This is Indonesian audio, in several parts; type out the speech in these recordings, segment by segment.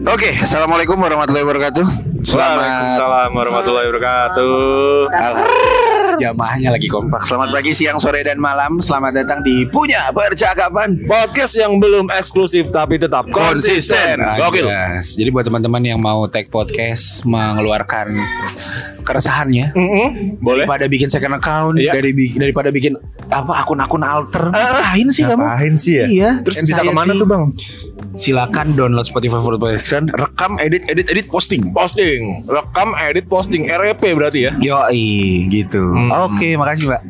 Oke, assalamualaikum warahmatullahi wabarakatuh. Selamat Waalaikumsalam warahmatullahi wabarakatuh. Alhamdulillah. Jamaahnya lagi kompak. Selamat pagi, siang, sore, dan malam. Selamat datang di Punya Percakapan Podcast yang belum eksklusif tapi tetap konsisten. Gokil. Ah, Yes. Jadi buat teman-teman yang mau take podcast, mengeluarkan keresahannya, Boleh? daripada bikin second account, Hmm. Iya. dari bi- daripada bikin apa akun-akun alter, ngapain sih kamu? Ngapain sih ya? Iya. Terus bisa kemana tuh bang? Silakan download Spotify for Podcast, rekam, edit, edit, edit, posting. Posting, rekam, edit, posting, REP berarti ya. Yoi, gitu. Oke, makasih Mbak.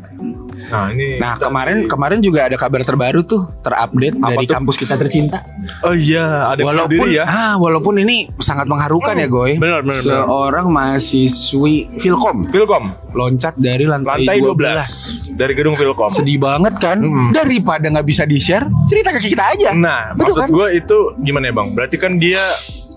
Nah ini. Nah kemarin kemarin juga ada kabar terbaru tuh terupdate Apa dari tuh? kampus kita tercinta. oh iya, ada walaupun diri ya. Hmm. ah walaupun ini sangat mengharukan ya Goy. Benar, benar, benar. Seorang mahasiswi Filkom Vilkom, loncat dari lantai, lantai 12, 12. dari gedung Vilkom. Sedih banget kan? Daripada nggak bisa di share, cerita ke kita aja. Nah, Betul maksud kan? gue itu gimana ya bang? Berarti kan dia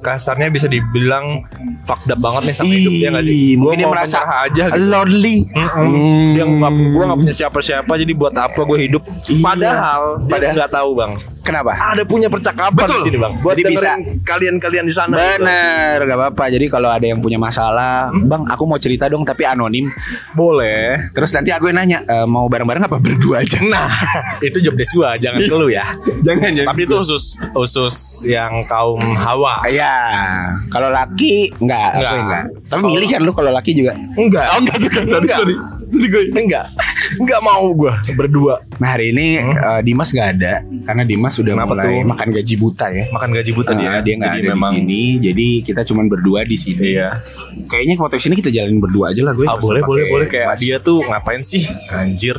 kasarnya bisa dibilang fucked up banget nih sama hidupnya nggak sih? Ih, Gua mungkin dia mau merasa menyerah aja gitu. lonely. Hmm. Mm-mm. Dia nggak, gue nggak punya siapa-siapa, jadi buat apa gue hidup? Iya. Padahal, dia Padahal. nggak tahu bang. Kenapa? Ada punya percakapan Betul. di sini bang. Buat Jadi bisa. dengerin kalian-kalian di sana. gitu. Bener, gak apa-apa. Jadi kalau ada yang punya masalah, Hmm? Bang, aku mau cerita dong, tapi anonim. Boleh. Terus nanti aku yang nanya, "E, mau bareng-bareng apa berdua aja? Nah, itu jobdesk gue, jangan dulu ya. Jangan jadi. Tapi itu khusus khusus yang kaum hawa. Iya, kalau laki enggak, aku Enggak. enggak. Tapi milih kan lu kalau laki juga. Enggak. Oh, enggak juga. Sorry, sorry. Enggak. Enggak mau gue berdua. Nah, hari ini eh, Dimas enggak ada karena Dimas sudah Hmm? Kenapa mulai tuh? makan gaji buta ya. Makan gaji buta Eh, dia. dia nggak Jadi ada di sini, jadi kita cuman berdua di sini. Iya. Kayaknya waktu sini kita jalanin berdua aja lah gue. Ah, boleh Pakai boleh boleh kayak mas. dia tuh ngapain sih? Anjir.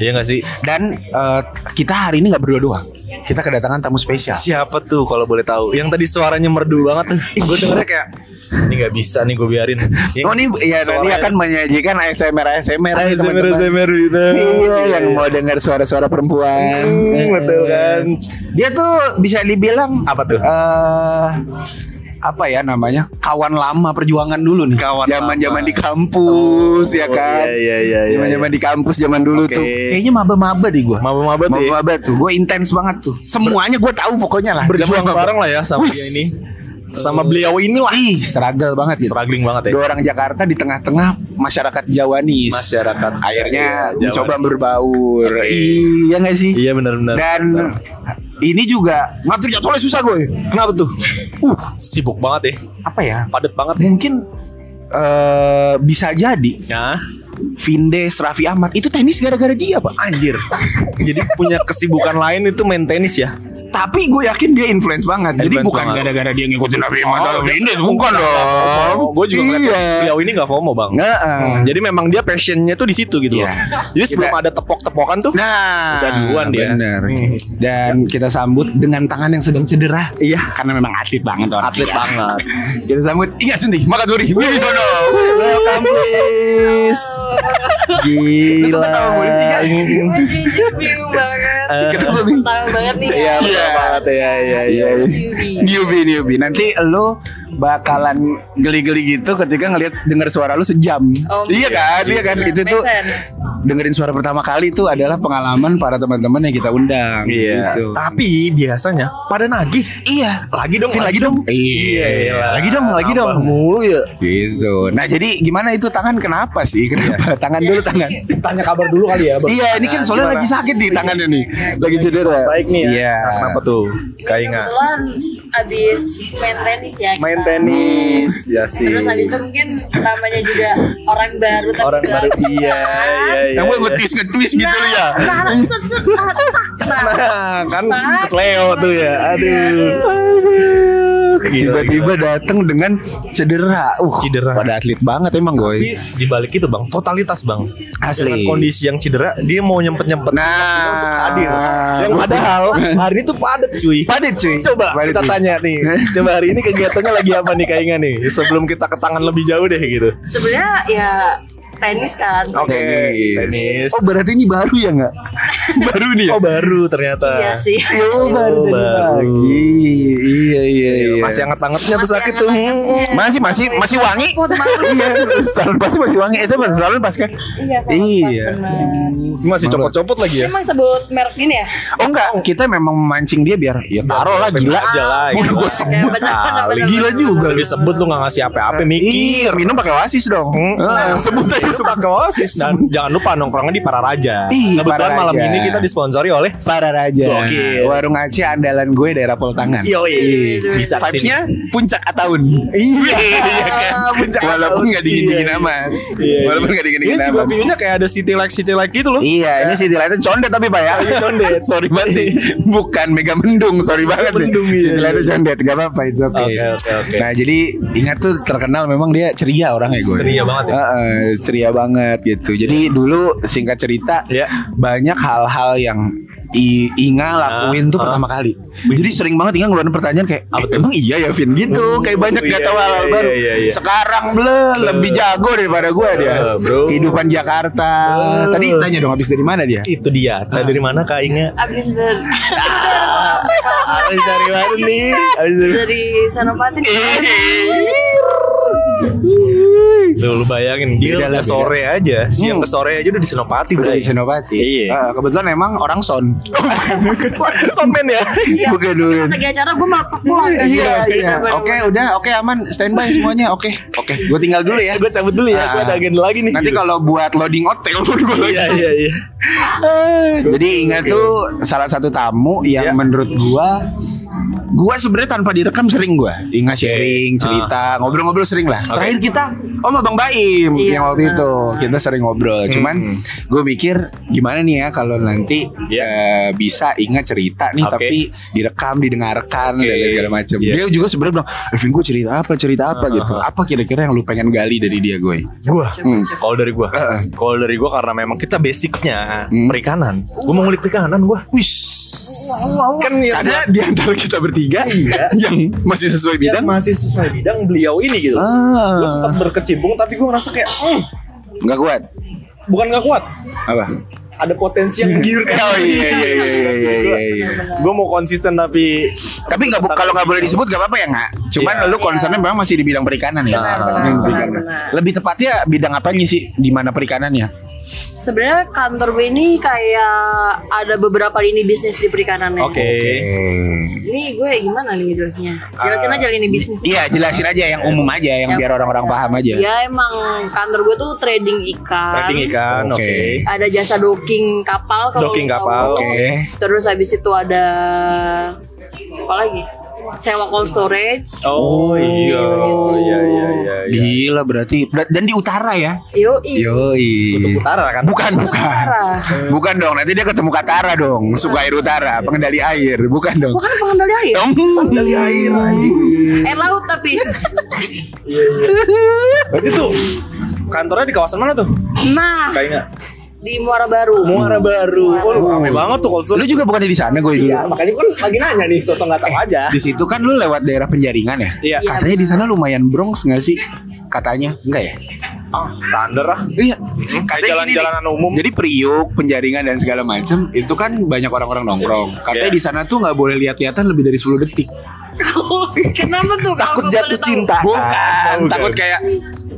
Iya gak sih? Dan eh, kita hari ini nggak berdua doang. Kita kedatangan tamu spesial. Siapa tuh kalau boleh tahu? Yang tadi suaranya merdu banget tuh. Gue dengernya kayak ini nggak bisa nih gue biarin. Yang Oh ini ya nanti suaranya- Eh, akan menyajikan ASMR ASMR nih, ASMR teman-teman. ASMR gitu. Iya, yang mau dengar suara-suara perempuan. Hmm, betul kan. Dia tuh bisa dibilang Apa tuh? eh, apa ya namanya? Kawan lama perjuangan dulu nih. Kawan Zaman-zaman lama. di kampus ya kan. Iya iya iya. iya, Zaman-zaman di kampus zaman dulu Oke. tuh. Kayaknya maba-maba di gua. Maba-maba tuh ya. Maba-maba tuh. Gue intens banget tuh. Semuanya gue tahu pokoknya lah. Berjuang Zaman bareng lah ya sama Wis. dia ini. Sama beliau inilah. Ih, struggle banget gitu. Struggling banget ya. Dua orang Jakarta di tengah-tengah masyarakat Jawanis. Masyarakat Akhirnya Iya, Jawa. mencoba berbaur. Oke. Iya nggak sih? Iya benar-benar. Dan ini juga ngatur jadwalnya susah gue. Kenapa tuh? Uh, Sibuk banget ya. apa ya? Padat banget ya. Mungkin eh bisa jadi Nah, Vindes, Raffi Ahmad itu tenis gara-gara dia, Pak. anjir. Jadi punya kesibukan lain itu main tenis ya. Tapi gue yakin dia influence banget. Jadi Influence bukan banget. gara-gara dia ngikutin Raffi Ahmad atau dia Vindes, nggak- bukan nggak dong. FOMO. Oh, Gue juga ngeliat iya. sih, beliau ini gak FOMO bang. Nggak, eh. Hmm, jadi memang dia passionnya tuh di situ gitu Iya. loh. Jadi sebelum Kita- ada tepok-tepokan tuh. Nah, Udah duluan dia. bener. Hmm. Dan kita sambut dengan tangan yang sedang cedera. Iya. Karena memang atlet banget orang. Atlet Iya. banget. Kita sambut Inga Sunti, Maka Duri, Wibisono. Welcome please. Gila. Ketawa mulu sih, kan? Gue jujur bingung banget Kenapa, Bing? Tahu banget nih Eh. Iya, kan? betul banget ya, iya, iya. Newbie. Newbie, newbie. Nanti lo bakalan geli-geli gitu ketika ngelihat denger suara lo sejam. Oh, iya kan? Iya kan? Itu Make tuh sense. dengerin suara pertama kali itu adalah pengalaman para teman-teman yang kita undang. Iya. Gitu. Tapi biasanya pada nagih. Iya. Lagi dong. Vin, lagi dong. Iya. iyalah. Lagi dong, lagi Tambah dong. Mulu ya. Gitu. Nah, jadi gimana itu tangan kenapa sih? Iya. Kenapa? Tangan dulu tangan. Tanya kabar dulu kali ya. Bang. Iya, ini kan Nah, soalnya gimana? Iya, lagi sakit nih tangannya nih. Lagi cedera. Baik nih ya. Iya. Nah, Kenapa tuh? Kaingan. Kebetulan abis main tenis ya kita. Main tenis Iya ya sih. Terus habis itu mungkin namanya juga orang baru tapi Orang baru baru iya iya iya. Kamu ngetis ngetis Nah, gitu loh ya. Nah, set, set, ah, tak, nah. Nah, kan Sakit. kesleo tuh ya. Aduh. Iya, Gila, Tiba-tiba datang dengan cedera. Uh, Cedera. Pada atlet banget emang Tapi goy. di balik itu bang, totalitas bang. Asli. Dengan kondisi yang cedera, dia mau nyempet nyempet. Nah, hadir. Yang gua- padahal hari itu Ah, padat cuy. Padat, cuy. Coba Padat, kita cuy. tanya nih. Coba hari ini kegiatannya lagi apa nih kaingan nih? Sebelum kita ke tangan lebih jauh deh gitu. Sebenarnya ya tenis kan. Oh, Oke. Tenis. Tenis. Oh berarti ini baru ya nggak? baru nih ya? Oh baru ternyata. Iya sih. Iya, oh, baru, Oh, dari baru. pagi. Iya iya iya. Masih anget-angetnya tuh sakit tuh. Iya, Masih masih masih wangi. iya, salon pasti masih wangi. Itu benar salon pas kan? Iya, sama Iya. pas bener. Masih copot-copot lagi ya. Emang sebut merek ini ya? Oh enggak, kita memang memancing dia biar Iya, ya taruh lah gila. Aja lah. Udah gitu. gue sebut bener, bener, kali. bener, Gila bener, juga. Udah disebut lu gak ngasih apa-apa Iya, mikir. minum pakai oasis dong. Hmm. Eh, sebut aja sebut. Pakai osis dan jangan lupa nongkrongnya di Para Raja. Ih, Kebetulan Para malam Raja. ini kita disponsori oleh Para Raja. Gokil. Warung Aceh andalan gue daerah Poltangan. Iya, Yoi. Bisa kesini. Vibes-nya puncak Ataun. Iya, kan. Puncak Walaupun nggak dingin-dingin amat. Walaupun nggak dingin-dingin Ini Iya, juga amat. view-nya kayak ada city light city light gitu loh. Iya, ini City Lightnya condet tapi pak ya. Iya, condet. sorry banget nih. Bukan Mega Mendung, sorry banget. nih. Mendung, iya. City Lightnya condet, gak apa-apa, it's okay. Oke, oke, oke. Nah jadi ingat tuh terkenal memang dia ceria orangnya gue. Ceria banget ya? Heeh, ceria banget gitu. Jadi dulu singkat cerita, Iya. banyak hal-hal yang I, Inga lakuin tuh ah. pertama kali. Jadi sering banget Inga ngeluarin pertanyaan kayak, "Eh, emang iya ya Vin gitu, kayak banyak gak iya, tahu hal, iya, baru. iya, iya. Sekarang ble, lebih jago daripada gue dia. Eh, bro. Kehidupan Jakarta. Tadi tanya dong habis dari mana dia? Itu dia. Nah, dari mana Kak Inga? Abis dari Ah, Habis dari mana nih? Habis dari dari Senopati. Tuh, lu bayangin dia Beda lah, ke sore aja, Hmm. siang ke sore aja udah di Senopati Udah udah. di Senopati. Iya. Eh, kebetulan emang orang son. Somen ya. Iya, Bukan dulu. Lagi acara gue malah pulang kan. Iya, iya. Bener-bener. Oke, udah, oke aman, standby semuanya. Oke, oke. Gue tinggal dulu ya. Gue cabut dulu ya, gue ada Ah. agenda lagi nih. Nanti Gitu. kalau buat loading hotel gue lagi. Iya iya iya. Jadi ingat tuh salah satu tamu yang Iya. menurut gua gua sebenarnya tanpa direkam sering gua. Ingat sharing, cerita, ngobrol-ngobrol sering lah. Ah. Oke. Terakhir kita oh sama Bang Baim Iya, yang waktu benar. itu kita sering ngobrol. Cuman Hmm. gue mikir gimana nih ya kalau nanti Iya. eh, bisa ingat cerita nih Oke. tapi direkam, didengarkan Oke. dan lain segala macam. Iya. Ah, Dia juga sebenarnya bilang, "Evin gue cerita apa? Cerita apa?" gitu. Apa kira-kira yang lu pengen gali dari dia gue? Gua. Hmm. Kalau dari gua. Heeh. Kalau dari gua karena memang kita basicnya Hmm. perikanan. Gua mau ngulik perikanan gua. Wis. Kan ya Karena di antara kita bertiga yang masih sesuai bidang bidang. masih sesuai bidang beliau ini gitu. Ah. Gua sempat berkecimpung tapi gua ngerasa kayak hmm, Nggak kuat. bukan gak kuat. Apa? Ada potensi yang menggiurkan. Oh iya iya iya iya iya. iya. Gue mau konsisten tapi Tapi nggak bu- kalau nggak boleh disebut nggak apa-apa ya nggak. Cuman Iya. lu concernnya memang masih di bidang perikanan ya. Benar, benar, Yang benar, perikanan. benar. Lebih tepatnya bidang apanya sih? Di mana perikanannya? Sebenarnya kantor gue ini kayak ada beberapa lini bisnis di perikanannya. Oke. Eh. Ini gue gimana nih jelasnya? Jelasin aja lini bisnis. Iya jelasin aja yang umum aja, yang biar orang-orang paham aja. Ya emang kantor gue tuh trading ikan. Tracking ikan, oke. Oke. Ada jasa docking kapal kalau Docking lu tahu. kapal, Oke. Terus habis itu ada apa lagi? Sewa cold storage. Oh iya, iya iya iya. iya. Gila berarti dan di utara ya. Yoi. Yoi. Kutub utara kan? Bukan, Kutub bukan. Utara. Bukan dong, nanti dia ketemu Katara dong. Suka air utara, pengendali air. Bukan dong. Gue kan pengendali air. Pengendali air anjing. Air laut tapi Iya, Berarti tuh kantornya di kawasan mana tuh? Nah Kayaknya Di Muara Baru Muara Baru. Oh, rame banget tuh kalau Lu juga bukan di sana gue dulu. Iya, makanya kan lagi nanya nih, sosok nggak tahu aja. Di situ kan lu lewat daerah penjaringan ya? Iya. Iya. Katanya di sana lumayan Bronx nggak sih? Katanya enggak ya? Ah, standar lah. Iya. Hmm, Kayak jalan-jalanan umum. Jadi Priuk, penjaringan dan segala macem itu kan banyak orang-orang nongkrong. Katanya Iya. di sana tuh nggak boleh lihat-lihatan lebih dari 10 detik. Kenapa tuh kalau Takut gua jatuh boleh tahu? cinta. kan? Oh, Bukan, Bukan. takut kayak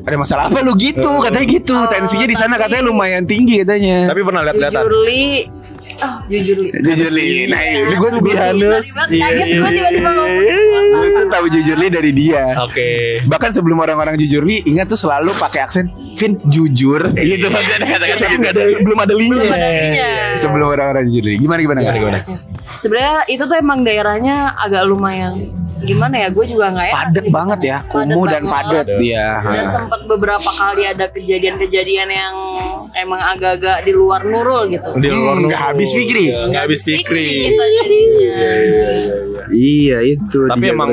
ada masalah apa lu gitu, katanya gitu. Tensinya di sana katanya lumayan tinggi katanya. Tapi pernah lihat lihatan Jujurli Oh jujurli Jujur Li, nah ini gue To be honest. Kaget gue Iya. tiba-tiba ngomong Lu tuh tahu jujur Li dari dia. Oke. Bahkan sebelum orang-orang jujur Li, ingat tuh selalu pakai aksen Vin jujur. Gitu pasti ada kata-kata Tapi gitu. nggak Eh, ada- belum ada linya. Belum ada linya. Iya. Sebelum orang-orang jujur Li. Gimana gimana gimana? gimana? Sebenarnya itu tuh emang daerahnya agak lumayan gimana ya gue juga nggak enak Padet sih. banget ya, kumuh Padet dan Iya. banget. padet dia. Iya. dan sempat beberapa kali ada kejadian-kejadian yang emang agak-agak di luar nurul gitu Di luar Hmm, nggak nunggu. habis Fikri. Iya, Nggak habis Fikri. kita jadinya. Iya itu. Tapi dia. emang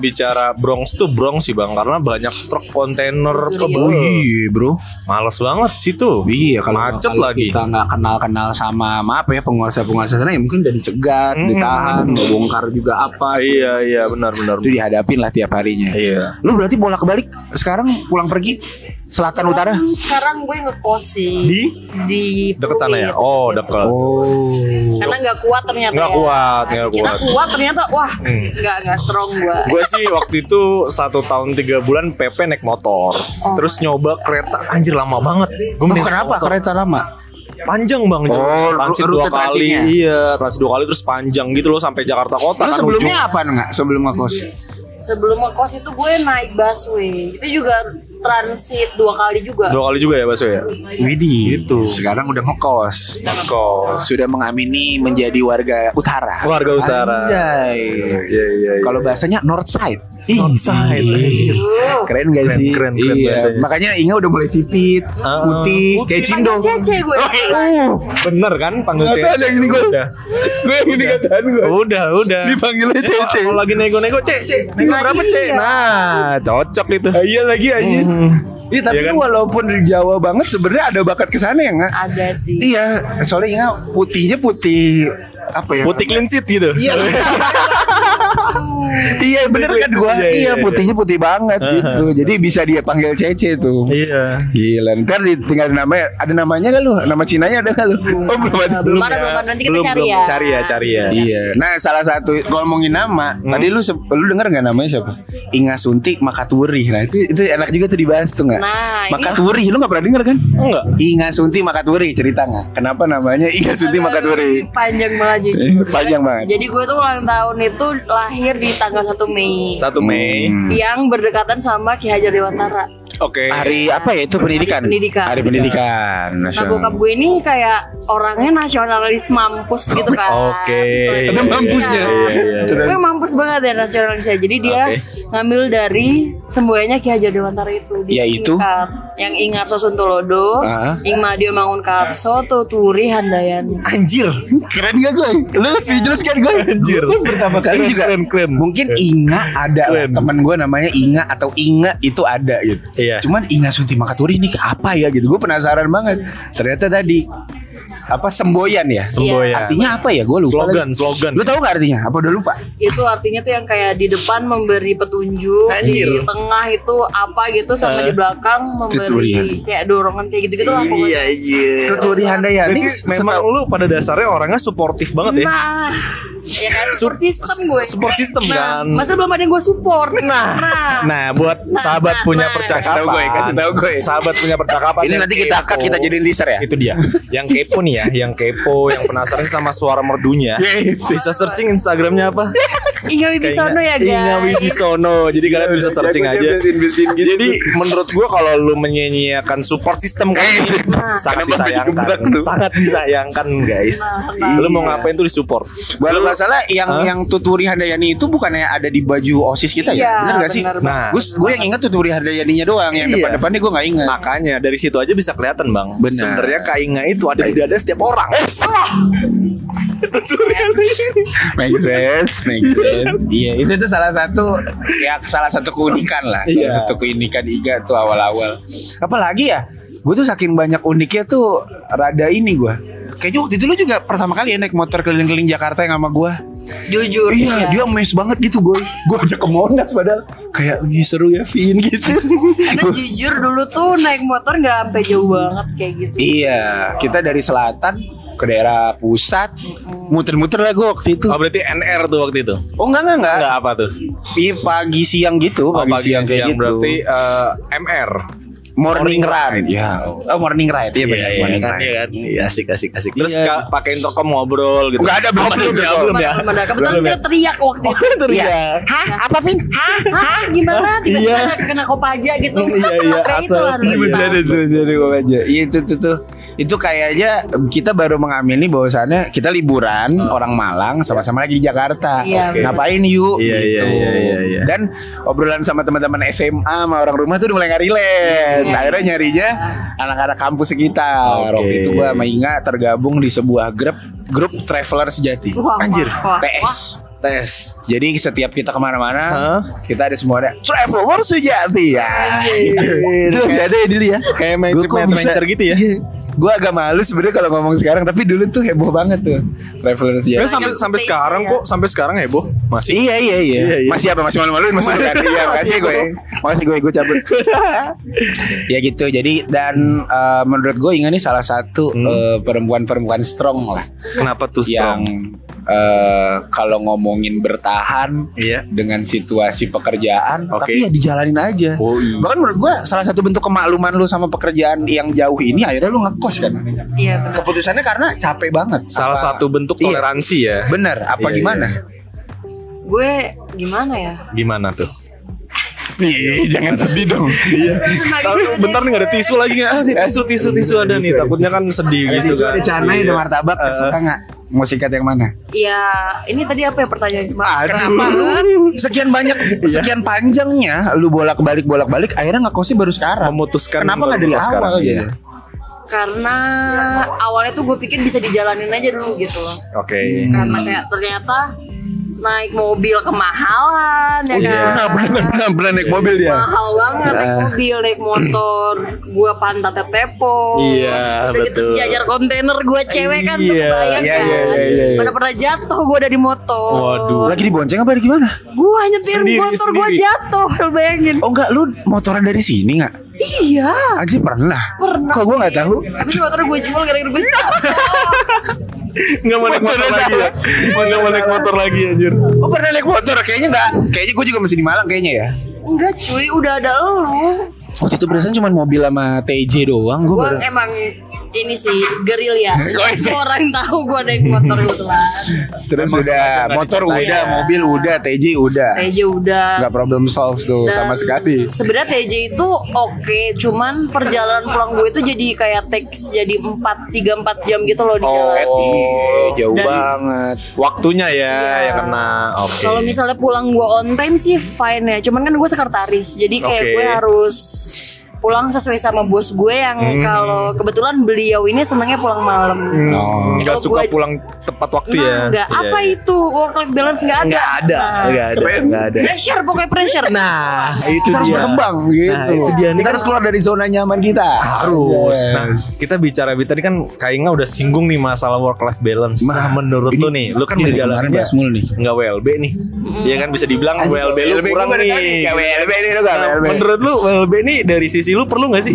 bicara Bronx tuh Bronx sih bang, karena banyak truk kontainer ke Oh bawah. iya bro Males banget situ. Iya kalau macet kalau lagi. Kita nggak kenal-kenal sama Maaf ya penguasa-penguasa sana ya Mungkin udah dicegat, Hmm. ditahan, ngebongkar juga apa Iya iya benar benar. Itu dihadapin lah tiap harinya Iya. Lu berarti bolak-balik sekarang pulang pergi Selatan Utara? Kan sekarang gue ngekos sih Di? di Deket sana ya? Iya, Pluit. Oh, deket. Oh. Karena nggak kuat ternyata. Nggak Iya. ya. kuat, nggak Kita kuat. Hmm. kuat ternyata wah nggak nggak strong gue. Gue sih waktu itu satu tahun tiga bulan PP naik motor, terus nyoba kereta anjir lama banget. Gue Oh, kenapa kereta lama? Panjang bang, Oh, transit rute dua kali, transitnya. iya transit dua kali terus panjang gitu loh sampai Jakarta kota. Lu kan sebelumnya ujung. apa enggak? Sebelum ngekos? Sebelum ngekos itu gue naik busway. Itu juga transit dua kali juga. dua kali juga ya Baso ya? Widih. Gitu. Sekarang udah ngekos. Kos. Sudah mengamini menjadi warga utara. Warga utara. Anjay. Iya iya. iya. Kalau bahasanya north side. North side, Ih. anjir. Uh, Keren gak Keren, sih? keren, keren iya. bahasanya. Ah, Makanya Inga udah mulai sipit, putih, kayak Panggil cindong. Cece gue. Oh, bener kan panggil Nggak tahu ada yang ini gua. Udah. Gue yang ini kataan gue. Udah, udah. Iya, Dipanggilnya Jadi kalau- Kalau lagi nego-nego, Cek, Cek. Nego Lagi, berapa, Cek? iya. Nah, cocok itu. Ah, Iya lagi anjir. Iya tapi Iya kan? lu walaupun dari Jawa banget sebenarnya ada bakat kesana ya nggak? Ada sih. Iya, soalnya Inga putihnya putih apa ya? Putih clean sheet gitu. Iya. iya bener kan gua. Iya, Iya, iya, iya. putihnya putih banget gitu. Jadi bisa dia panggil Cece tuh. Iya. Gila, ntar ditinggal namanya, ada namanya gak lu? Nama Cinanya ada gak lu? Oh belum ada. Belum ada, belum ada. Nanti kita Belum, cari belum. ya. Cari ya, cari ya. Iya. Nah, salah satu kalau ngomongin nama, Hmm. tadi lu se- lu denger nggak namanya siapa? Inga Suntik Makaturi. Nah, itu itu enak juga tuh dibahas tuh nggak? Nah, ini- Makaturi, lu nggak pernah denger kan? Oh, Enggak. Inga Suntik Makaturi cerita nggak? Kenapa namanya Inga Suntik Makaturi? Panjang banget Eh, jujur. Panjang banget. Jadi gue tuh ulang tahun itu lahir di tanggal 1 Mei. 1 Mei. Hmm. Yang berdekatan sama Ki Hajar Dewantara. Oke. Hari apa ya itu pendidikan? pendidikan. Hari pendidikan. Nah nasional. bokap gue ini kayak orangnya nasionalis mampus gitu kan Oke. Terus- Ada mampusnya. Iya. Iya, iya, iya. Gue mampus banget ya nasionalisnya Jadi dia Oke. ngambil dari semboyannya Ki Hajar Dewantara itu di Yaitu? singkat. Yang Ingarso Suntolodo Ah. Ing Madio Ya. Mangunkarso Tuturi Handayani Anjir, keren gak gue? Lu speechless kan gue? Anjir. Gue pertama kali Keren, juga. keren, keren. Mungkin Inga ada lah. Keren. temen gue namanya Inga atau Inga itu ada gitu. Iya. Cuman Inga Sunti Makaturi ini ke apa ya gitu? Gue penasaran banget. Ternyata tadi apa semboyan ya? Iya. Semboyan. Artinya apa ya? Gue lupa. Iya. Slogan, lagi. slogan. Lu tahu gak artinya? Apa udah lupa? Itu artinya tuh yang kayak di depan memberi petunjuk Di Anjir. Ah. tengah itu apa gitu Sama di belakang memberi Tuturi. kayak dorongan kayak gitu-gitu lah pokoknya. iya. Tuturi Handayani. Berarti memang setau- lu pada dasarnya orangnya suportif banget ya. Nah, ya kan support system gue. support system nah, kan. Masa belum ada yang gue support. Nah, nah buat Nah, sahabat nah, punya nah. Kasih percakapan. tahu gue, kasih tahu gue. Sahabat punya percakapan. ini yang nanti kita kepo. cut kita jadi teaser ya. itu dia. Yang kepo nih ya, yang kepo, yang penasaran sama suara merdunya. Ya, Bisa searching Instagramnya apa? Inga Wibisono ya guys. Inga Wibisono. Jadi Iya, kalian bisa searching aja. gitu. Jadi menurut gua kalau lu menyanyiakan support system kan sangat Eh, Kenapa disayangkan. dijebak tuh? Sangat disayangkan guys. Nah, Lu mau ngapain tuh di support? Kalau nggak salah yang Hah? yang tuturi handayani itu bukannya ada di baju osis kita Iya, ya? Bener gak sih? bener banget. Nah. gue gue yang ingat tuturi handayaninya doang, yang Iya. depan-depannya gue nggak ingat. Makanya dari situ aja bisa kelihatan bang. Benar. Sebenarnya kainga itu ada di dada setiap orang. Make sense, make sense. Iya, itu itu salah satu ya salah satu keunikan lah, salah Iya. satu keunikan Iga tuh awal-awal. Apalagi ya, gue tuh saking banyak uniknya tuh rada ini gue. Kayaknya waktu itu lu juga pertama kali ya naik motor keliling-keliling Jakarta yang sama gue. Jujur. Iya, dia mes banget gitu gue. Gue ajak ke Monas padahal kayak "Ih, seru ya Vin gitu. Karena jujur dulu tuh naik motor nggak sampai jauh banget kayak gitu. Iya, kita dari selatan ke daerah pusat muter-muter lah gue waktu itu. Oh berarti NR tuh waktu itu? Oh enggak enggak enggak. Enggak apa tuh? Iya, pagi siang gitu, Oh, pagi, siang, kayak gitu. berarti eh, MR. morning, morning ride. Ya. Oh, morning ride. Iya, benar, morning kan, ride. iya kan. Iya, asik asik asik. Terus Iya. ka- pakai intercom ngobrol gitu. Enggak ada belum belum ya, belum. belum ya. Mana- mana. Kebetulan Belum ya? kita teriak waktu itu. Terus Iya. ya. Hah, apa Vin? Hah? Hah, gimana? Tiba-tiba Iya. kena kopaja gitu. Iya, iya, Kayak asal. itulah dulu Iya, kita. bener. Tuh, jadi gua aja. Iya itu tuh tuh. Itu kayaknya kita baru mengamini bahwasannya kita liburan Hmm. orang Malang sama-sama lagi di Jakarta. Iya, Oke. Ngapain yuk Iya, gitu. iya, iya, iya, iya. Dan obrolan sama teman-teman SMA sama orang rumah tuh udah mulai nggak relate. Iya. Akhirnya nyarinya anak-anak kampus sekitar. Oke. Waktu itu gua sama Inga tergabung di sebuah grup grup traveler sejati. Wah, Anjir, wah, wah, PS. Tes. Jadi setiap kita kemana-mana, Hah? kita ada semua ada traveler sejati ya. Anjir. Itu ada ya dulu ya. Kayak Gua kok bisa- matcher-matcher gitu ya. Iya. Gue agak malu sebenarnya kalau ngomong sekarang, tapi dulu tuh heboh banget tuh travelers ya. Tapi sampai sampai Taste-nya sekarang ya. kok, sampai sekarang heboh masih. Iya iya iya. Iya, iya. Masih apa masih malu-maluin masih kan? Iya, makasih gue. Makasih gue gue cabut. ya gitu. Jadi dan eh, menurut gue Inga ini salah satu eh, perempuan-perempuan strong lah Kenapa tuh yang strong? eh, kalau ngomongin bertahan Iya. dengan situasi pekerjaan Oke. tapi ya dijalanin aja. Oh, iya. Bahkan menurut gua salah satu bentuk kemakluman lu sama pekerjaan yang jauh ini akhirnya lu ngekos kan. Iya benar. Keputusannya karena capek banget. Salah Apa- satu bentuk Iya. toleransi ya. Bener, apa Iya, gimana? Gue gimana ya? Gimana tuh? Iya, Nih, jangan sedih dong. Iya. Tapi bentar nih gak ada tisu lagi nggak? Ah, nih, tisu, tisu, tisu ada nih. Takutnya kan sedih gitu Eh, kan. Ada canai, ada Iya. martabak, Eh, suka nggak? Mau sikat yang mana? Ya ini tadi apa ya pertanyaan? Ma, Aduh. kenapa? Sekian banyak, Iya. sekian panjangnya, lu bolak-balik, bolak-balik, akhirnya ngekosnya baru sekarang. Iya. Memutuskan Kenapa baru nggak dari pas sekarang, awal? iya. Iya. Karena awalnya tuh gue pikir bisa dijalanin aja dulu gitu loh. Oke. Hmm. Karena Hmm. kayak ternyata naik mobil kemahalan ya Iya. Nah. kan. benar naik mobil ya? Mahal banget naik mobil, naik motor, gua pantatnya tepo. Iya, Udah gitu betul. sejajar kontainer gua cewek kan Iya, kebayang iya, kan. iya, iya, iya. Mana pernah jatuh gua dari motor. Waduh. Lagi dibonceng apa gimana? Gua nyetir Sendiri, motor gua sendiri. jatuh, lu bayangin. Oh enggak, lu motoran dari sini nggak? Iya. Aja pernah. Pernah. Kok gue nggak sih. tahu? Habis motor gue jual gara-gara gue Nggak mau naik motor lagi ya. Nggak mau naik motor lagi anjir. Gue Oh, pernah naik motor, kayaknya nggak. Kayaknya gue juga masih di Malang kayaknya ya. Enggak cuy, udah ada lu. Waktu itu perasaan cuma mobil sama TJ doang, gue Gue baru. emang ini sih gerilya. Oh, iya. Semua orang tahu gue naik motor kebetulan. Terus Emang sengaja udah, nggak motor dikatain. udah, mobil udah, TJ udah. TJ udah. Gak problem solve tuh Dan sama sekali. Sebenarnya TJ itu oke, cuman perjalanan pulang gue itu jadi kayak teks jadi 4 3 4 jam gitu loh di jalan. Oh, jauh Dan- banget. Waktunya ya Iya. yang kena. Oke. Kalau misalnya pulang gue on time sih fine ya, cuman kan gue sekretaris, jadi kayak Oke. gue harus pulang sesuai sama bos gue yang kalau kebetulan beliau ini senangnya pulang malam. Oh. Hmm. nggak Kalau suka gua- pulang tepat waktu Nah, ya. enggak. Iya, Apa iya. itu work life balance nggak ada? Nggak ada, Nah, nggak ada, nggak ada. Pressure pokoknya pressure. Nah, itu Kita harus dia. berkembang gitu. Nah, itu dia. Ini Kita kan- harus keluar dari zona nyaman kita. Iya. Harus. Yes. Nah, kita bicara bi- tadi kan Kainga udah singgung nih masalah work life balance. Nah, Mah, menurut ini- lu nih, lu kan ini dari kemarin menjalannya bahas Iya, mulu nih. nggak WLB nih. Iya kan bisa dibilang Anjing, WLB lu gua ya, kurang baru nih. tadi. Kayak WLB nih lu gak Nah, WLB. Menurut lu WLB nih dari sisi lu perlu nggak sih?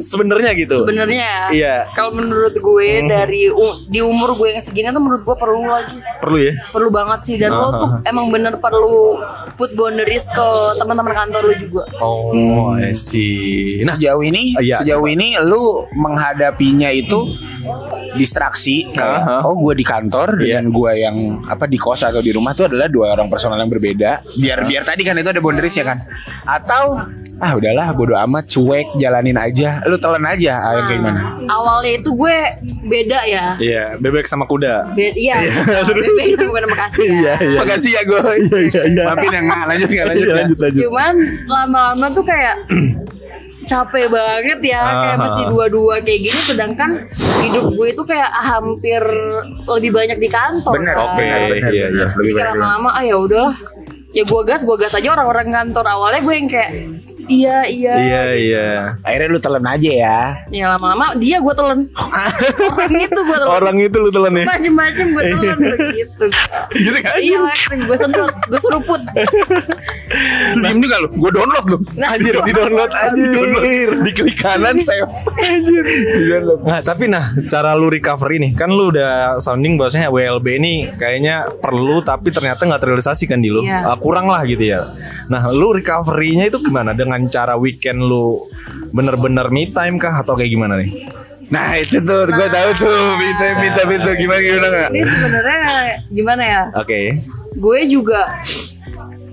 Sebenarnya gitu. Sebenarnya ya. Iya. Kalau menurut gue dari u- di umur gue yang segini tuh menurut gue perlu lagi. Perlu ya. Perlu banget sih dan lo tuh emang bener perlu put boundaries ke teman-teman kantor lo juga. Oh, I see. Nah, sejauh ini, Iya, sejauh ini lu menghadapinya itu distraksi. kayak, Aha. Iya. Oh, gue di kantor dengan gue yang apa di kos atau di rumah tuh adalah dua orang personal yang berbeda. Biar biar tadi kan itu ada boundaries ya kan. Atau ah udahlah bodo amat cuek jalanin aja. Lu telan aja ah, yang kayak gimana? Nah, Awalnya itu gue beda ya. iya, bebek sama kuda. Be- iya, beda itu bukan makasih ya. iya. Makasih ya gue. Maafin ya nggak lanjut nggak lanjut. Iya, nggak? lanjut lanjut. Cuman lama-lama tuh kayak capek banget ya kayak Ah. mesti dua-dua kayak gini sedangkan hidup gue itu kayak hampir lebih banyak di kantor. Bener. kan. Oke, benar, iya iya. benar. Jadi kayak lama-lama ah ya udahlah. Ya gue gas, gue gas aja orang-orang kantor awalnya gue yang kayak iya iya. Iya iya. Akhirnya lu telan aja ya. Ya lama-lama dia gue telan. orang itu gue telan. Orang itu lu telan ya. Macem-macem gue telan begitu. Jadi kan Iya, langsung gue sentuh, gue seruput. diem juga lu. Gue download lu. Nah, Nah. Anjir, di download anjir. Diklik kanan save. Anjir. Di download. Nah, tapi nah, cara lu recovery nih, kan lu udah sounding bahwasanya WLB ini kayaknya perlu tapi ternyata nggak terrealisasi kan di lu. Iya. Ah, kurang lah gitu ya. Nah, lu recovery-nya itu gimana? Dengan cara weekend lu bener-bener me time kah atau kayak gimana nih? Nah itu tuh gue tahu tuh minta minta minta gimana gimana nggak? Ini sebenarnya gimana ya? Oke. gue juga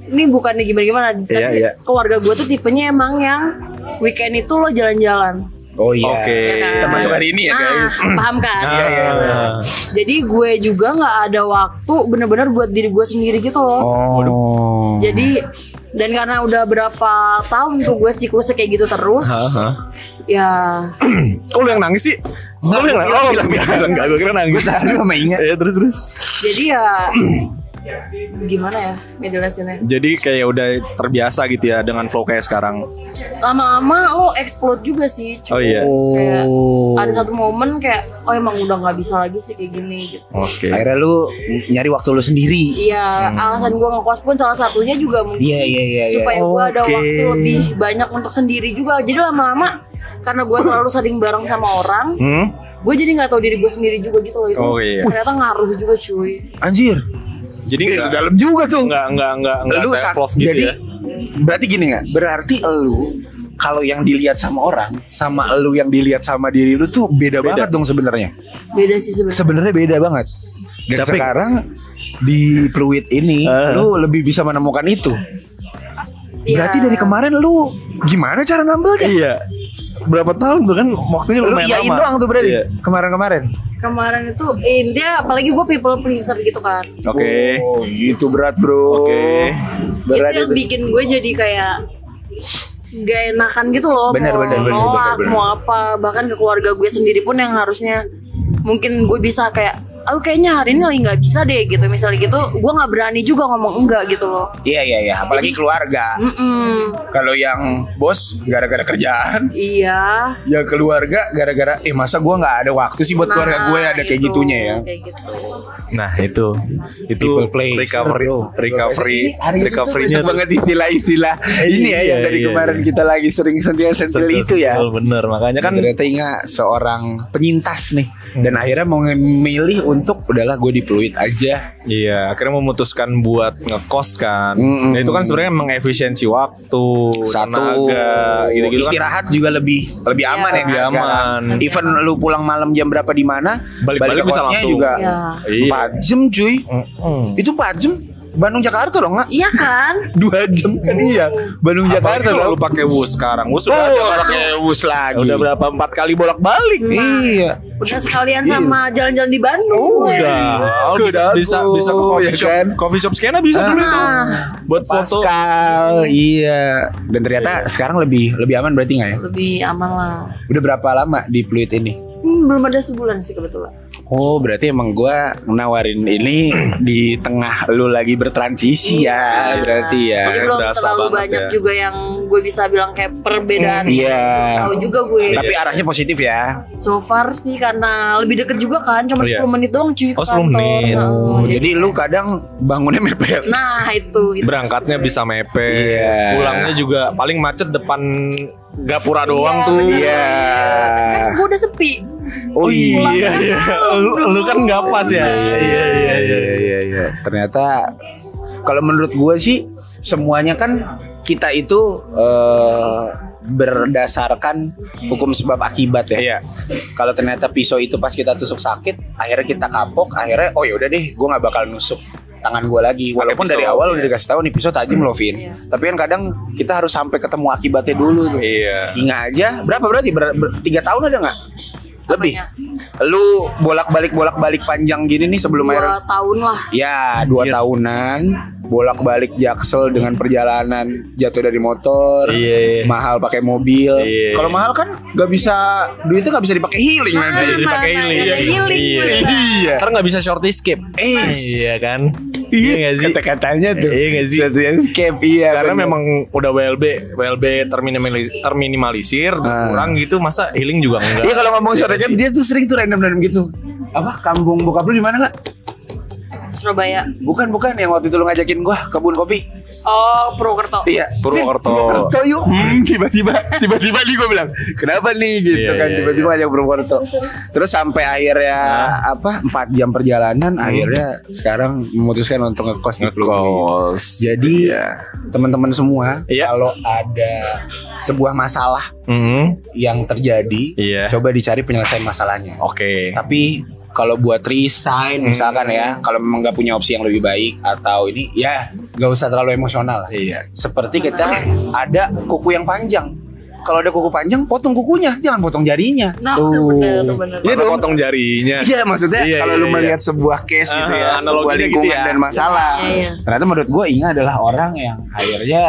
ini bukannya gimana-gimana tapi Iya, iya. keluarga gue tuh tipenya emang yang weekend itu lo jalan-jalan Oh iya. Oke. ya kan? Termasuk hari ini ya, Nah, guys. paham kan Ah. jadi gue juga nggak ada waktu bener-bener buat diri gue sendiri gitu loh Oh. jadi dan karena udah berapa tahun tuh gue siklusnya kayak gitu terus Hah, hah. ya Ah, Kok lu yang nangis sih? Lu yang nangis? Oh, bilang bilang enggak, gue kira nangis. Gue sama ingat. Ya terus terus. jadi ya gimana ya ngejelasinnya Jadi kayak udah terbiasa gitu ya dengan flow kayak sekarang. lama-lama lo explode juga sih Oh iya. kayak Oh. ada satu momen kayak oh emang udah nggak bisa lagi sih kayak gini gitu Oke. Akhirnya lu nyari waktu lu sendiri. Iya, alasan gue ngekos pun salah satunya juga mungkin Hmm. Iya iya iya. iya. supaya gue ada Oke. waktu lebih banyak untuk sendiri juga. Jadi lama-lama karena gue terlalu sering bareng sama orang, Hmm? gue jadi nggak tahu diri gue sendiri juga gitu loh itu. Oh, iya. Ternyata ngaruh juga cuy. Anjir. Jadi Itu enggak Iya, dalam juga tuh. enggak enggak enggak enggak Lu sak- self-love gitu jadi, ya. Berarti gini nggak? Berarti elu kalau yang dilihat sama orang sama elu yang dilihat sama diri lu tuh beda, banget dong sebenarnya. Beda sih sebenarnya. Sebenarnya beda banget. Dan Capek. sekarang di fluid ini Eh. lu lebih bisa menemukan itu. Iya. Berarti dari kemarin lu gimana cara ngambilnya? Iya. Berapa tahun tuh kan waktunya Lu lumayan iyain lama. doang tuh berarti Iya. kemarin-kemarin. Iya, Kemarin itu eh, intinya apalagi gue people pleaser gitu kan. Oke. Oh, itu berat, Bro. Oke. Berat itu yang itu. bikin gue jadi kayak gak enakan gitu loh Bener, mau bener, bener, nolak, bener, bener. mau apa bahkan ke keluarga gue sendiri pun yang harusnya mungkin gue bisa kayak aku kayaknya hari ini lagi nggak bisa deh gitu misalnya gitu gue nggak berani juga ngomong enggak gitu loh Iya, iya, iya, apalagi keluarga. Mm-mm. Kalau yang bos gara-gara kerjaan, iya ya keluarga gara-gara eh masa gua nggak ada waktu sih buat Nah, keluarga gue ada kayak itu, gitunya ya. kayak gitu Nah, itu. Itu People pleaser, recovery bro. recovery Ini hari ini tuh recovery-nya banyak banget istilah-istilah ini ya Iya, yang dari iya, kemarin iya. kita lagi sering sentil-sentil itu ya. Betul, Bener, makanya kan Hmm. kan ternyata Inga seorang penyintas nih dan akhirnya memilih untuk udahlah gue di Pluit aja Iya, akhirnya memutuskan buat ngekos kan. Mm-mm. Nah, itu kan sebenarnya mengefisiensi waktu, satu tenaga, gitu-gitu kan. istirahat juga lebih lebih aman ya, Iya. Lebih Kak, sekarang. aman. even lu pulang malam jam berapa di mana Balik-balik ke bisa kosnya langsung. juga Iya. Iya. empat jam cuy Mm-mm. itu empat jam Bandung Jakarta dong nggak iya kan dua jam kan iya Bandung Apalagi Jakarta kalau dong lu pakai wus sekarang, wus oh sudah ada kan? jarak pakai bus lagi Ya Udah berapa empat kali bolak-balik nih. iya udah sekalian Iya. sama jalan-jalan di Oh, Bandung Nah, Udah. Bisa, bisa bisa ke Iya coffee shop. kan? Coffee shop sekian bisa dulu itu. Nah. Buat foto. Pascal iya dan ternyata sekarang lebih lebih aman berarti nggak ya lebih aman lah Udah berapa lama di Pluit ini? Hmm, belum ada sebulan sih kebetulan Oh, berarti emang gua nawarin ini di tengah lu lagi bertransisi ya, Iya. berarti ya. Jadi belum Ah, Berasa terlalu banget banyak ya. juga yang gue bisa bilang kayak perbedaan. Iya. Tahu juga gue. Iya. Tapi arahnya positif ya. So far sih karena lebih deket juga kan, Oh, cuma iya. 10 menit doang cuy ke Oh, 10 kantor. menit. Nah, Oh, jadi- jadi lu kadang bangunnya mepet. Nah, itu, Gitu. itu. Berangkatnya bisa mepet. Iya. Pulangnya juga paling macet depan Gapura doang Iya, tuh. bener. Iya. Kan gue udah sepi. Oh Iya iya. Lu, lu kan nggak pas ya. Bener. Iya iya iya. iya, iya. Nah, Ternyata kalau menurut gua sih semuanya kan kita itu eh, berdasarkan hukum sebab akibat ya. Iya. kalau ternyata pisau itu pas kita tusuk sakit akhirnya kita kapok akhirnya oh ya udah deh gue nggak bakal nusuk tangan gue lagi walaupun pisau, dari awal iya. Hmm. udah dikasih tahu nih pisau tajam loh Vin Iya. tapi kan kadang kita harus sampai ketemu akibatnya dulu tuh Iya. ingat aja berapa berarti Ber- ber- tiga tahun ada nggak lebih Apanya? lu bolak balik bolak balik panjang gini nih sebelum Dua akhirnya tahun lah. ya dua Anjir. tahunan bolak balik jaksel dengan perjalanan jatuh dari motor Iya. mahal pakai mobil Iya. kalau mahal kan nggak bisa duitnya nggak bisa dipakai healing Nah, nanti bisa nah, dipakai nah, healing. ada healing Iya. gue. Iya. Karena nggak bisa short skip. Eh. Iya kan. Iya nggak sih. Kata-katanya tuh. Iya nggak sih? Satu yang scam, iya. Karena bener. memang udah WLB, WLB terminimalisir, terminimalisir Ah. kurang gitu masa healing juga enggak. Iya kalau ngomong short kan dia tuh sering tuh random-random gitu. Apa kampung bokap lu di mana nggak? Surabaya. Bukan bukan yang waktu itu lu ngajakin gua kebun kopi. Oh, Purwokerto. Iya. Purwokerto. Purwokerto yuk. Hmm, tiba-tiba tiba-tiba nih gua bilang, "Kenapa nih?" gitu Iya, kan iya, tiba-tiba ngajak Purwokerto. Terus sampai akhirnya apa? 4 jam perjalanan Hmm. akhirnya sekarang memutuskan untuk ngekos Iya, di Pluit. Ngekos. Jadi teman-teman semua Iya. kalau ada sebuah masalah Mhm. yang terjadi, Iya. coba dicari penyelesaian masalahnya. Oke. Tapi kalau buat resign misalkan Hmm. ya, kalau memang nggak punya opsi yang lebih baik atau ini, ya nggak usah terlalu emosional. lah. Iya. Seperti kita ada kuku yang panjang. Kalau ada kuku panjang, potong kukunya, jangan potong jarinya. Nah, Tuh. itu bener, itu bener. Iya Masa dong. potong jarinya. Iya maksudnya Iya, kalau iya, lu iya. melihat sebuah case gitu Ah, ya, sebuah analoginya gitu lingkungan ya. dan masalah. Iya, iya. Ternyata menurut gue Inga adalah orang yang akhirnya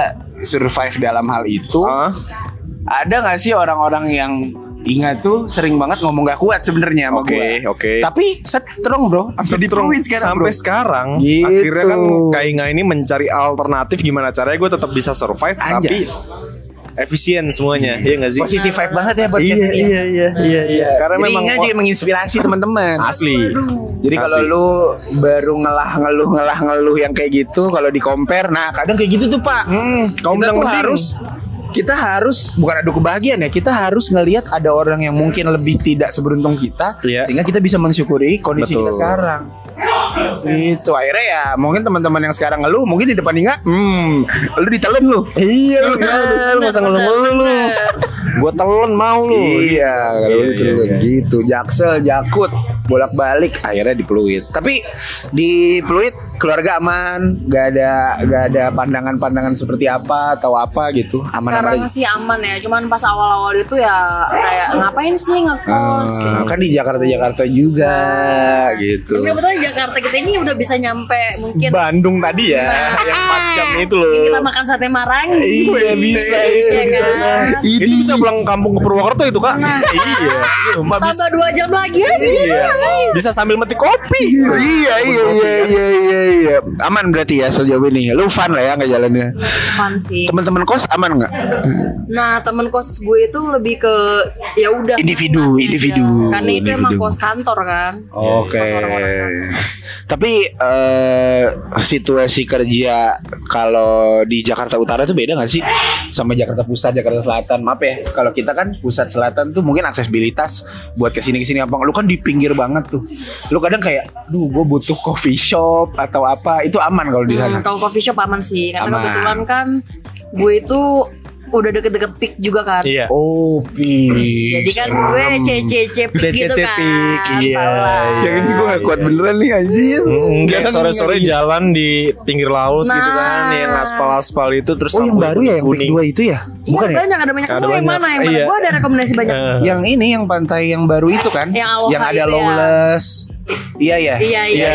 survive dalam hal itu. Ah. Ada nggak sih orang-orang yang Ingat tuh sering banget ngomong gak kuat sebenarnya sama Oke, gua. oke. Tapi strong bro, sampai Strong. diperuin sekarang Gitu. sampai bro. sekarang Gitu. akhirnya kan Kainga ini mencari alternatif gimana caranya gue tetap bisa survive tapi Anjas. efisien semuanya iya nggak sih Positive vibe banget ya buat iya, Kevin ya. iya iya iya iya karena Jadi memang Inga juga menginspirasi teman-teman. asli Jadi kalau Asli. lu baru ngelah ngeluh ngelah ngeluh yang kayak gitu kalau di compare nah kadang kayak gitu tuh Pak. Hmm. kau kita menang tuh harus kita harus bukan adu kebahagiaan ya kita harus ngelihat ada orang yang mungkin lebih tidak seberuntung kita Iya. sehingga kita bisa mensyukuri kondisi kita Betul. sekarang itu akhirnya ya mungkin teman-teman yang sekarang ngeluh mungkin di depan Inga hmm lu ditelen lu iya lu Bener, lu masa bener, ngeluh-ngeluh lu bener. gue telan mau lu Iya, kalau Iya, gitu, iya, iya. gitu. Jaksel, jakut, bolak-balik akhirnya di Pluit. Tapi di Pluit keluarga aman, gak ada gak ada pandangan-pandangan seperti apa atau apa gitu. Sekarang Aman-aman aja. sih aman ya, cuman pas awal-awal itu ya kayak ngapain sih ngekos Ah, kayak gitu. Nah, kan di Jakarta-Jakarta juga gitu. Tapi kebetulan Jakarta kita ini udah bisa nyampe mungkin Nah. Bandung tadi ya yang 4 jam itu loh mungkin kita makan sate Marangi. Iya bisa Iya itu kan? di sana. Idi. Nah. Itu bisa pulang kampung ke Purwokerto itu kak. Iya. Mbak bisa. Tambah dua jam lagi aja. Iya. Bisa sambil metik kopi. Iya iya iya iya iya iya. Aman berarti ya sejauh ini. Lu fun lah ya ngejalaninnya. Fun sih. Teman-teman kos aman nggak? Nah temen kos gue itu lebih ke ya udah Individu, masing-masing aja. individu, Karena itu emang individu. kos kantor kan. Oke. Kos orang-orang kan. kantor. Tapi eh, situasi kerja kalau di Jakarta Utara tuh beda nggak sih sama Jakarta Pusat, Jakarta Selatan? Maaf ya, kalau kita kan Pusat Selatan tuh mungkin aksesibilitas buat kesini kesini apa? Lu kan di pinggir banget tuh. Lu kadang kayak, duh, gue butuh coffee shop atau apa? Itu aman kalau di sana. Hmm, kalau coffee shop aman sih, karena Aman. kebetulan kan gue itu udah deket-deket pik juga kan. Iya. Oh, pik. Jadi kan gue CCC pik gitu CCC kan. pik, iya, tau lah. Ya, iya. Yang ini gue nggak kuat beneran nih anjir. Enggak sore-sore jalan iya, kan di pinggir laut gitu kan Nah. yang aspal-aspal itu terus Oh, yang lampu baru ya yang pik kuning. dua itu ya? Iya, Bukan ya? banyak ada banyak. Ada Lu yang banyak. mana yang mana? Iya. Gue ada rekomendasi banyak. Eh, Yang ini yang pantai yang baru itu kan? Yang Aloha ada itu ya. lowless. Iya ya. Iya, iya, iya,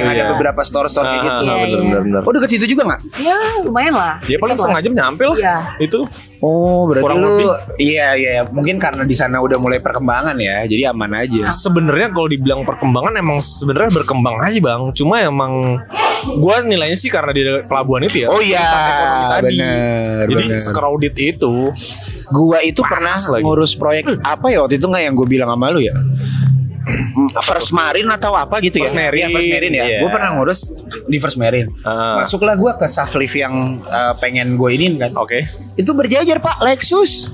yang iya, ada iya. beberapa store-store kayak Ah, gitu. Iya, bener, iya. bener, bener. Oh dekat situ juga nggak? Ya lumayan lah. Dia paling Deket lah. setengah jam nyampe lah. Iya. Itu Oh berarti Kurang lu lebih. iya iya mungkin karena di sana udah mulai perkembangan ya jadi aman aja. Ah. sebenarnya kalau dibilang perkembangan emang sebenarnya berkembang aja bang cuma emang gua nilainya sih karena di pelabuhan itu ya Oh iya, Urusan ekonomi tadi. bener, jadi bener. crowded itu Gua itu pernah lagi. ngurus proyek apa ya waktu itu nggak yang gue bilang sama lu ya? First Marine atau apa gitu First ya? Marine, Iya, First Marine ya. iya. Gue pernah ngurus di First Marine. Ah. Masuklah gua ke Saflif yang eh, pengen gue ini kan. oke Itu berjajar Pak Lexus.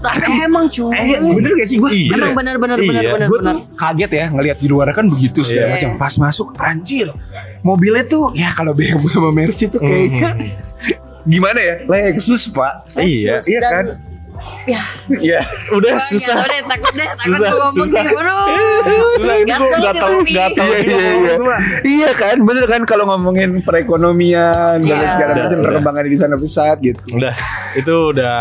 Lah, emang cuy. Eh, gak sih gue? Eh, Iya. Emang benar-benar Iya. benar-benar Gue benar. tuh kaget ya ngelihat di luar kan begitu segala Iya. macam. Pas masuk anjir. Mobilnya tuh ya kalau BMW sama Mercy Hmm, tuh Mhm. kayaknya gimana ya? Lexus, Pak. Iya. iya Dan kan? ya Iya. udah Bang, susah ya udah, takut deh, takut Susah, gua ngomong susah. sih, aduh. Susah ini gua Gatel gatel, gitu, Pi. gatel. Iya, iya, iya. Gua. Iya kan, bener kan kalau ngomongin perekonomian dan Iya. segala Udah, macam udah. perkembangan di sana pusat gitu. udah itu udah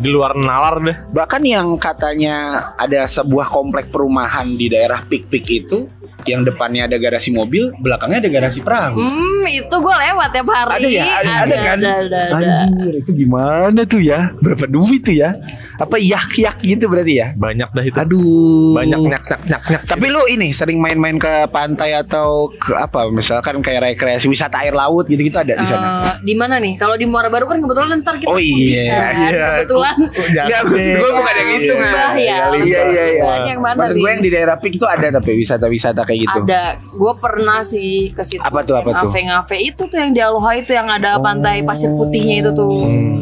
di luar nalar deh Bahkan yang katanya ada sebuah komplek perumahan di daerah Pik-Pik itu yang depannya ada garasi mobil, belakangnya ada garasi perahu. Hmm, itu gue lewat tiap hari. Ada ya, ada, ada kan? Ada, ada, ada. Anjir, itu gimana tuh ya? Berapa duit tuh ya? Apa yak-yak gitu berarti ya? banyak dah itu Aduh. banyak nyak nyak nyak nyak Tapi lu ini sering main-main ke pantai atau ke apa? Misalkan kayak rekreasi wisata air laut gitu-gitu ada di sana. Eh, di mana nih? Kalau di Muara Baru kan kebetulan ntar kita Oh iya, bisa, kan? iya. kebetulan. Enggak, maksud gue bukan yang itu Limbah kan. ya, Iya, iya, iya. limbah. Yang mana Maksud nih? gue yang di daerah Pik itu ada tapi wisata-wisata kayak gitu. Ada, gue pernah sih ke situ. Apa tuh, apa tuh? Oh. Ngafe-ngafe itu tuh yang di Aloha itu yang ada pantai pasir putihnya itu tuh. Hmm.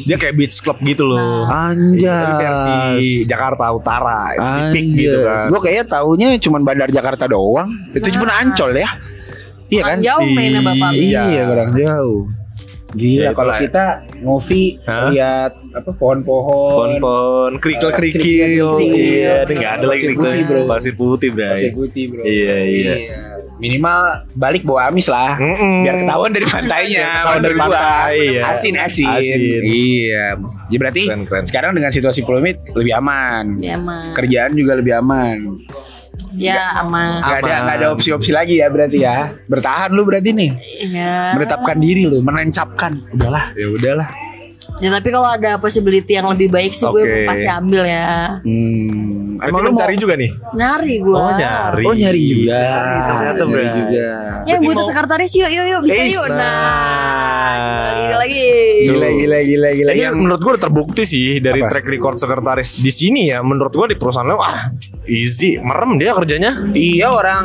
dia kayak beach club gitu loh Tapi versi Nah. Anjas. Jakarta Utara Anjas. pink gitu kan Gue kayaknya taunya cuman Bandar Jakarta doang. Itu cuma Ah. Ancol ya. Iya kan? Kurang Jauh Oh, mainnya bapak. Iya. Iya, kurang jauh. Ya, Gila itulah. kalau kita ngopi Hah? lihat apa pohon-pohon. Pon-pon, kerikil-kerikil. Kerikil-kerikil. Iya, ini enggak ada lagi Pasir putih, kerikil. bro. Pasir putih, bro. Masih putih, Bro. Iya, iya. Minimal balik bawa amis lah. Mm-mm. Biar ketahuan dari pantainya. Biar ketahuan maksud dari gua. pantai, iya. Asin, asin. Asin. Iya. Ya berarti Keren, keren. sekarang dengan situasi polemik lebih aman. Ya aman. Kerjaan juga lebih aman. Ya aman. Gak ada Aman. gak ada opsi-opsi lagi ya berarti ya. Bertahan lu berarti nih. Ya. Menetapkan diri lu, menancapkan. Udahlah, ya udahlah. Ya tapi kalau ada possibility yang lebih baik sih gue Oke. pasti ambil ya. Hmm, Emang lu mau- cari juga nih? Nyari gue. Oh, nyari. Oh nyari juga. Ternyata, Nyari Bray. juga. Ya yang Berarti butuh mau- sekretaris yuk yuk yuk Eh, bisa Eish. yuk. Nah, Nah. lagi lagi. Tuh. Gila gila gila gila. Ini Yang Iya, menurut gue terbukti sih dari Apa? track record sekretaris di sini ya. Menurut gue di perusahaan lo ah easy, merem dia kerjanya. Iya orang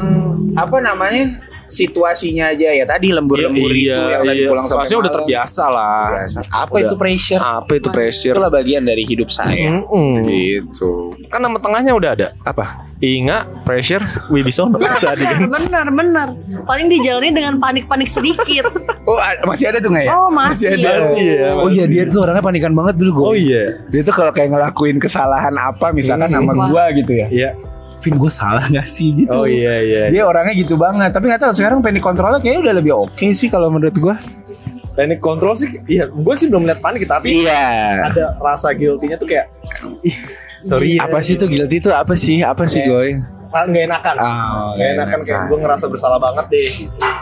apa namanya situasinya aja ya tadi lembur-lembur itu yang tadi pulang sampai Maksudnya Iya, udah malam. terbiasa lah. Biasa. Apa Udah. itu pressure? Apa itu pressure? Hmm. Itulah bagian dari hidup saya. Mm-mm. Gitu. Kan nama tengahnya udah ada. Apa? Inga, pressure, Wibisono tadi kan. Bener bener. Paling dijalani dengan panik-panik sedikit. Oh a- masih ada tuh nggak ya? Oh masih. ada. Masih ya. Oh iya dia tuh orangnya panikan banget dulu gue. Oh iya. Dia tuh kalau kayak ngelakuin kesalahan apa misalkan Hmm. sama gua gitu ya. Iya. Vin gue salah gak sih gitu. Oh iya iya. Dia orangnya gitu banget, tapi nggak tahu sekarang panic controlnya kayaknya udah lebih oke sih kalau menurut gua. Teknik kontrol sih, iya gue sih belum lihat panik tapi Iya. ada rasa guilty-nya tuh kayak ih, sorry Apa sih tuh guilty itu apa sih? Apa sih Iya. goy? Ah, nggak enakan Ah, nggak enakan kayak gue ngerasa bersalah banget deh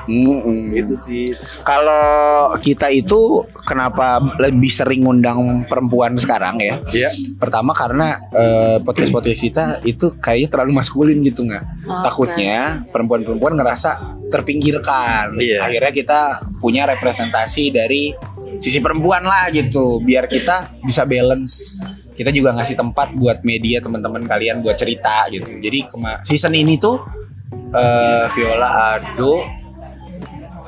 Mm-mm. gitu sih Kalau kita itu kenapa lebih sering ngundang perempuan sekarang ya? Iya. Pertama karena eh, podcast-podcast kita itu kayaknya terlalu maskulin gitu nggak? Oke. Takutnya perempuan-perempuan ngerasa terpinggirkan. Iya. Akhirnya kita punya representasi dari sisi perempuan lah gitu, biar kita bisa balance. Kita juga ngasih tempat buat media teman-teman kalian buat cerita gitu. Jadi kema- season ini tuh eh, Viola Ado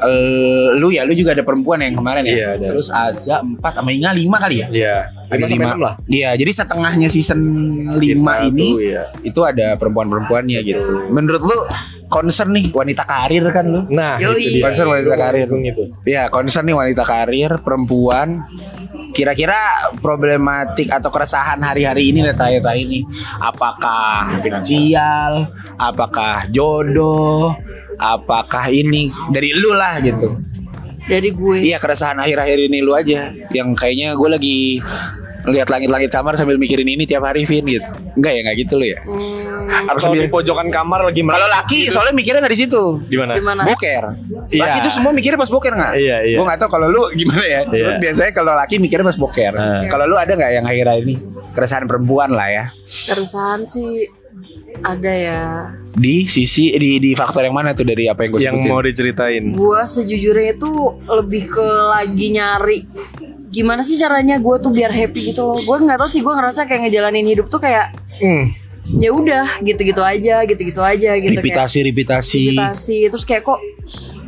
eh, lu ya lu juga ada perempuan yang kemarin ya Iya, ada. terus Azza 4 sama Inga 5 kali ya Iya. Lima sampai enam lah. Iya, jadi setengahnya season 5 Kita ini tuh, iya. itu ada perempuan-perempuannya gitu. Menurut lu concern nih wanita karir kan lu? Nah, itu Yoi. dia. gitu. Concern wanita karir. Dukung itu. Iya, concern nih wanita karir, perempuan. Kira-kira problematik atau keresahan hari-hari ini data-data ini apakah finansial, apakah jodoh, apakah ini dari lu lah gitu. Dari gue. Iya keresahan akhir-akhir ini lu aja yang kayaknya gue lagi ngeliat langit-langit kamar sambil mikirin ini tiap hari Vin gitu. Enggak ya enggak gitu lu ya. Hmm, Harus Kalau di sambil- pojokan kamar lagi Kalau merem. laki soalnya mikirnya nggak di situ. Gimana? gimana? Boker. Iya. Laki itu semua mikirnya pas boker nggak? Iya, iya. Gue nggak tahu kalau lu gimana ya. Cuman Iya. biasanya kalau laki mikirnya pas boker. Eh. Kalau lu ada nggak yang akhir-akhir ini keresahan perempuan lah ya Keresahan sih ada ya. di sisi di di faktor yang mana tuh dari apa yang gue Yang sebutin? mau diceritain. Gue sejujurnya itu lebih ke lagi nyari gimana sih caranya gue tuh biar happy gitu loh. Gue nggak tahu sih gue ngerasa kayak ngejalanin hidup tuh kayak Hmm. ya udah gitu-gitu aja, gitu-gitu aja gitu kayak Ripitasi, ripitasi. iritasi. Terus kayak kok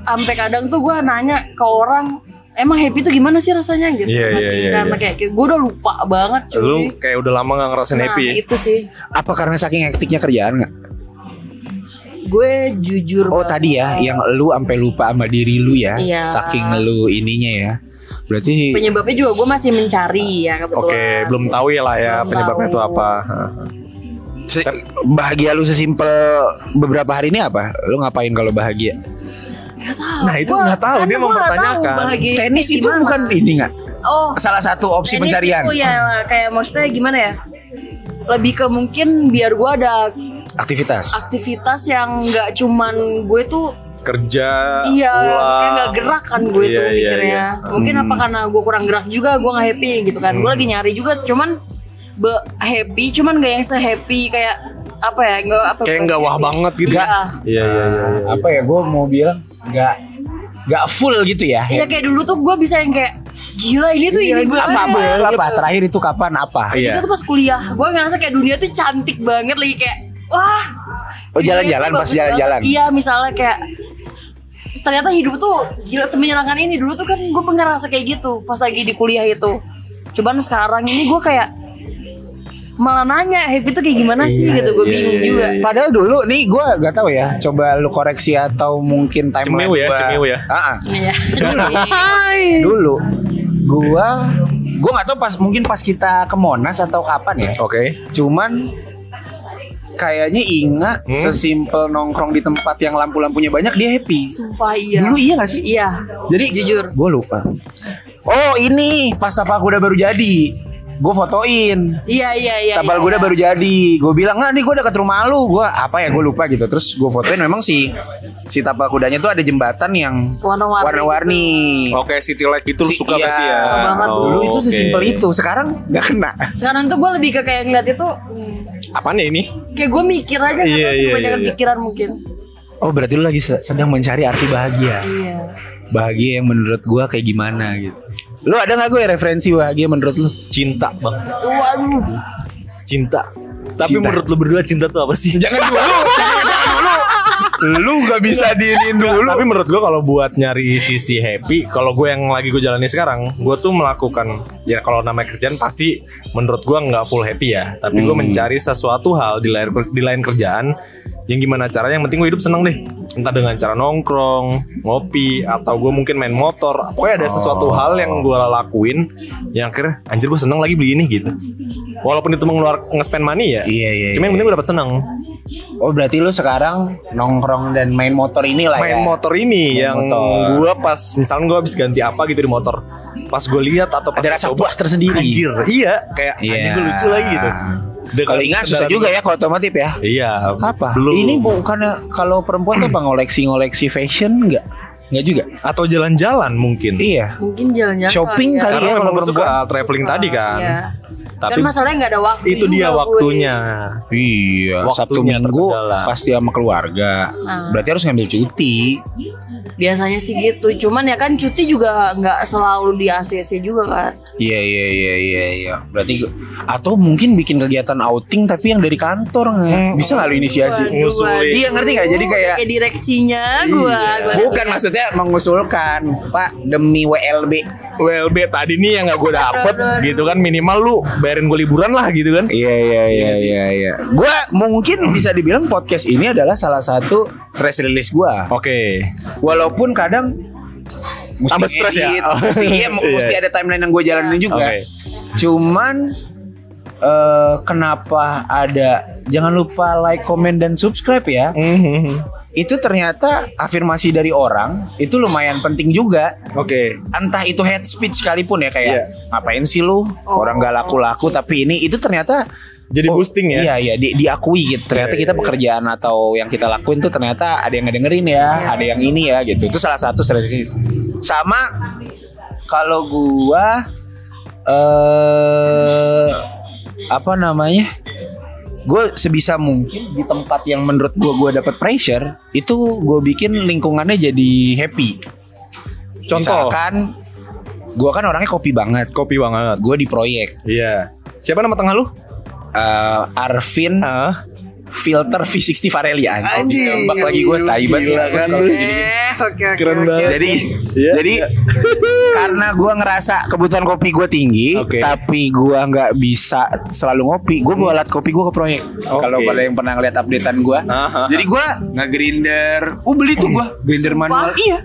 sampai kadang tuh gue nanya ke orang emang happy tuh gimana sih rasanya gitu. Iya, iya, iya, Karena iya. kayak gue udah lupa banget cuy. Lu kayak udah lama gak ngerasain nah, happy ya? itu sih Apa karena saking hektiknya kerjaan nggak? gue jujur Oh banget. tadi ya, yang lu sampai lupa sama diri lu ya, Iya. saking lu ininya ya. Berarti penyebabnya juga gue masih mencari ya kebetulan. Oke, belum tahu ya lah ya Belum penyebabnya tahu. itu apa. Hah. se- bahagia lu sesimpel beberapa hari ini apa? Lu ngapain kalau bahagia? Gak tahu. Nah, itu Gua- nggak tahu, karena dia gua nggak tahu mempertanyakan. bahagia Tenis itu gimana. bukan ini nggak? Oh, Salah satu opsi tenis pencarian. Itu ya lah, kayak maksudnya gimana ya? Lebih ke mungkin biar gue ada Aktivitas. aktivitas yang nggak cuman gue tuh Kerja, iya kayak pulang. nggak gerak kan gue Iya, tuh iya, mikirnya. iya. Mungkin apa karena gue kurang gerak juga, gue nggak happy gitu kan. Hmm. Gue lagi nyari juga, cuman be- happy, cuman gak yang se-happy kayak apa ya? Gak apa Kayak nggak wah banget gitu. Iya. Nah, Iya, iya, iya. iya. Apa ya? Gue mau bilang nggak nggak full gitu ya. Iya kayak dulu tuh gue bisa yang kayak gila ini tuh ini gue Iya, apa, apa, apa, terakhir itu kapan apa? Iya. Itu tuh pas kuliah, gue ngerasa kayak dunia tuh cantik banget lagi kayak wah. Oh, dunia jalan-jalan, tuh pas bagus jalan-jalan. banget. Iya, misalnya kayak ternyata hidup tuh gila semenyenangkan ini dulu tuh kan gue ngerasa kayak gitu pas lagi di kuliah itu. Cuman sekarang ini gue kayak malah nanya happy tuh kayak gimana sih gitu gue iya, bingung iya, juga. iya. Padahal dulu nih gue gak tahu ya. Coba lu koreksi atau mungkin timeline. Cemiu ya, gua- cemiu ya. Ah, ah. Iya. dulu gua gua nggak tahu pas mungkin pas kita ke Monas atau kapan ya Oke. cuman kayaknya Inga Hmm. sesimpel nongkrong di tempat yang lampu-lampunya banyak dia happy Sumpah iya. dulu iya gak sih Iya. jadi Jujur. gue lupa oh ini pasta pakuda baru jadi gue fotoin Iya iya iya. Tapal iya, kuda iya. baru jadi. Gue bilang nggak nih gue deket rumah lu. Gue apa ya gue lupa gitu. Terus gue fotoin memang si si tapal kudanya tuh ada jembatan yang Warna-warni gitu. warna-warni. Oke, City Light itu lu Si- suka iya, berarti ya. banget. Oh, Dulu itu oke. sesimpel itu. Sekarang nggak kena. Sekarang tuh gue lebih ke kayak ngeliat itu hmm, Apaan ya ini? kayak gue mikir aja Iya, karena iya, kebanyakan iya. pikiran mungkin. Oh berarti lu lagi se- sedang mencari arti bahagia. Iya. Bahagia yang menurut gue kayak gimana gitu. Lu ada nggak gue referensi bahagia menurut lu? Cinta, Bang. Waduh. Cinta. Tapi Cinta. menurut lu berdua cinta tuh apa sih? Jangan dulu. lu nggak bisa diinin dulu. Tapi menurut gua kalau buat nyari sisi happy, kalau gue yang lagi gue jalani sekarang, gue tuh melakukan ya kalau namanya kerjaan pasti menurut gua nggak full happy ya. Tapi Hmm. gue mencari sesuatu hal di lain di lain kerjaan yang gimana caranya yang penting gue hidup seneng deh. Entah dengan cara nongkrong, ngopi, atau gue mungkin main motor. Pokoknya ada Oh. sesuatu hal yang gue lakuin yang akhirnya anjir gue seneng lagi beli ini gitu. Walaupun itu mengeluarkan nge-spend money ya. Iya, iya, Cuma yang penting gue dapat seneng. Oh berarti lu sekarang nongkrong dan main motor inilah main ya. motor ini Main yang motor. gua pas misalnya gua habis ganti apa gitu di motor pas gue lihat atau pas Ada gua rasa coba, puas tersendiri. anjir iya kayak Iya. anjing gua lucu lagi gitu Dengan Kalau ingat susah kesadaran- juga ya kalau otomotif ya. iya apa belum. ini bukan kalau perempuan tuh apa ngoleksi ngoleksi fashion nggak nggak juga atau jalan-jalan mungkin iya Mungkin jalan-jalan. Shopping kali ya. kali. karena Iya, memang kalau gua suka perempuan. traveling tadi kan Iya. tapi kan masalahnya nggak ada waktu. itu dia juga, Boy. waktunya iya Waktunya sabtu minggu terkendala. pasti sama keluarga Nah. berarti harus ngambil cuti Biasanya sih gitu. Cuman ya kan cuti juga nggak selalu di ACC juga kan. iya iya iya iya iya berarti gua- atau mungkin bikin kegiatan outing tapi yang dari kantor nggak bisa nggak lu inisiasi Waduh, ngusulin. waduh. Iya, ngerti nggak? Jadi kayak- Oh, Kayak direksinya gua. gua Iya. bukan liat. maksudnya mengusulkan pak demi WLB WLB tadi nih yang gak gue dapet Aduh. gitu kan minimal lu bayarin gue liburan lah gitu kan Iya iya iya iya iya. Gua mungkin bisa dibilang podcast ini adalah salah satu stress release gua. oke walaupun kadang mesti Tambah stres ya? edit, mesti, iya, Iya. mesti ada timeline yang gue jalanin juga Oke. cuman eh, kenapa ada jangan lupa like comment dan subscribe ya Mhm. itu ternyata afirmasi dari orang itu lumayan penting juga oke entah itu head speech sekalipun ya kayak Iya. ngapain sih lu orang gak laku-laku tapi ini itu ternyata Jadi boosting Iya ya? iya di- diakui gitu. Ternyata Iya, kita iya, pekerjaan atau yang kita lakuin tuh ternyata ada yang ngedengerin ya, ada yang ini ya gitu. Itu salah satu strategi. Sama kalau gua eh apa namanya? Gue sebisa mungkin di tempat yang menurut gua gua dapat pressure itu gue bikin lingkungannya jadi happy. contoh Misalkan gue kan orangnya kopi banget. kopi banget Gue di proyek iya siapa nama tengah lu eh, Arvin Ah. filter V60 Varelia Anjing. Tembak lagi gue tai banget. Gila kan lu. Eh, oke oke. Keren oke, banget. oke. Jadi Iya. jadi karena gue ngerasa kebutuhan kopi gue tinggi, Oke. Iya. tapi gue nggak bisa selalu ngopi. Gue bawa alat kopi gue ke proyek. Oke. Kalau pada yang pernah ngeliat updatean gue, Aha. jadi gue nggak grinder. Oh beli tuh gue grinder manual. Iya.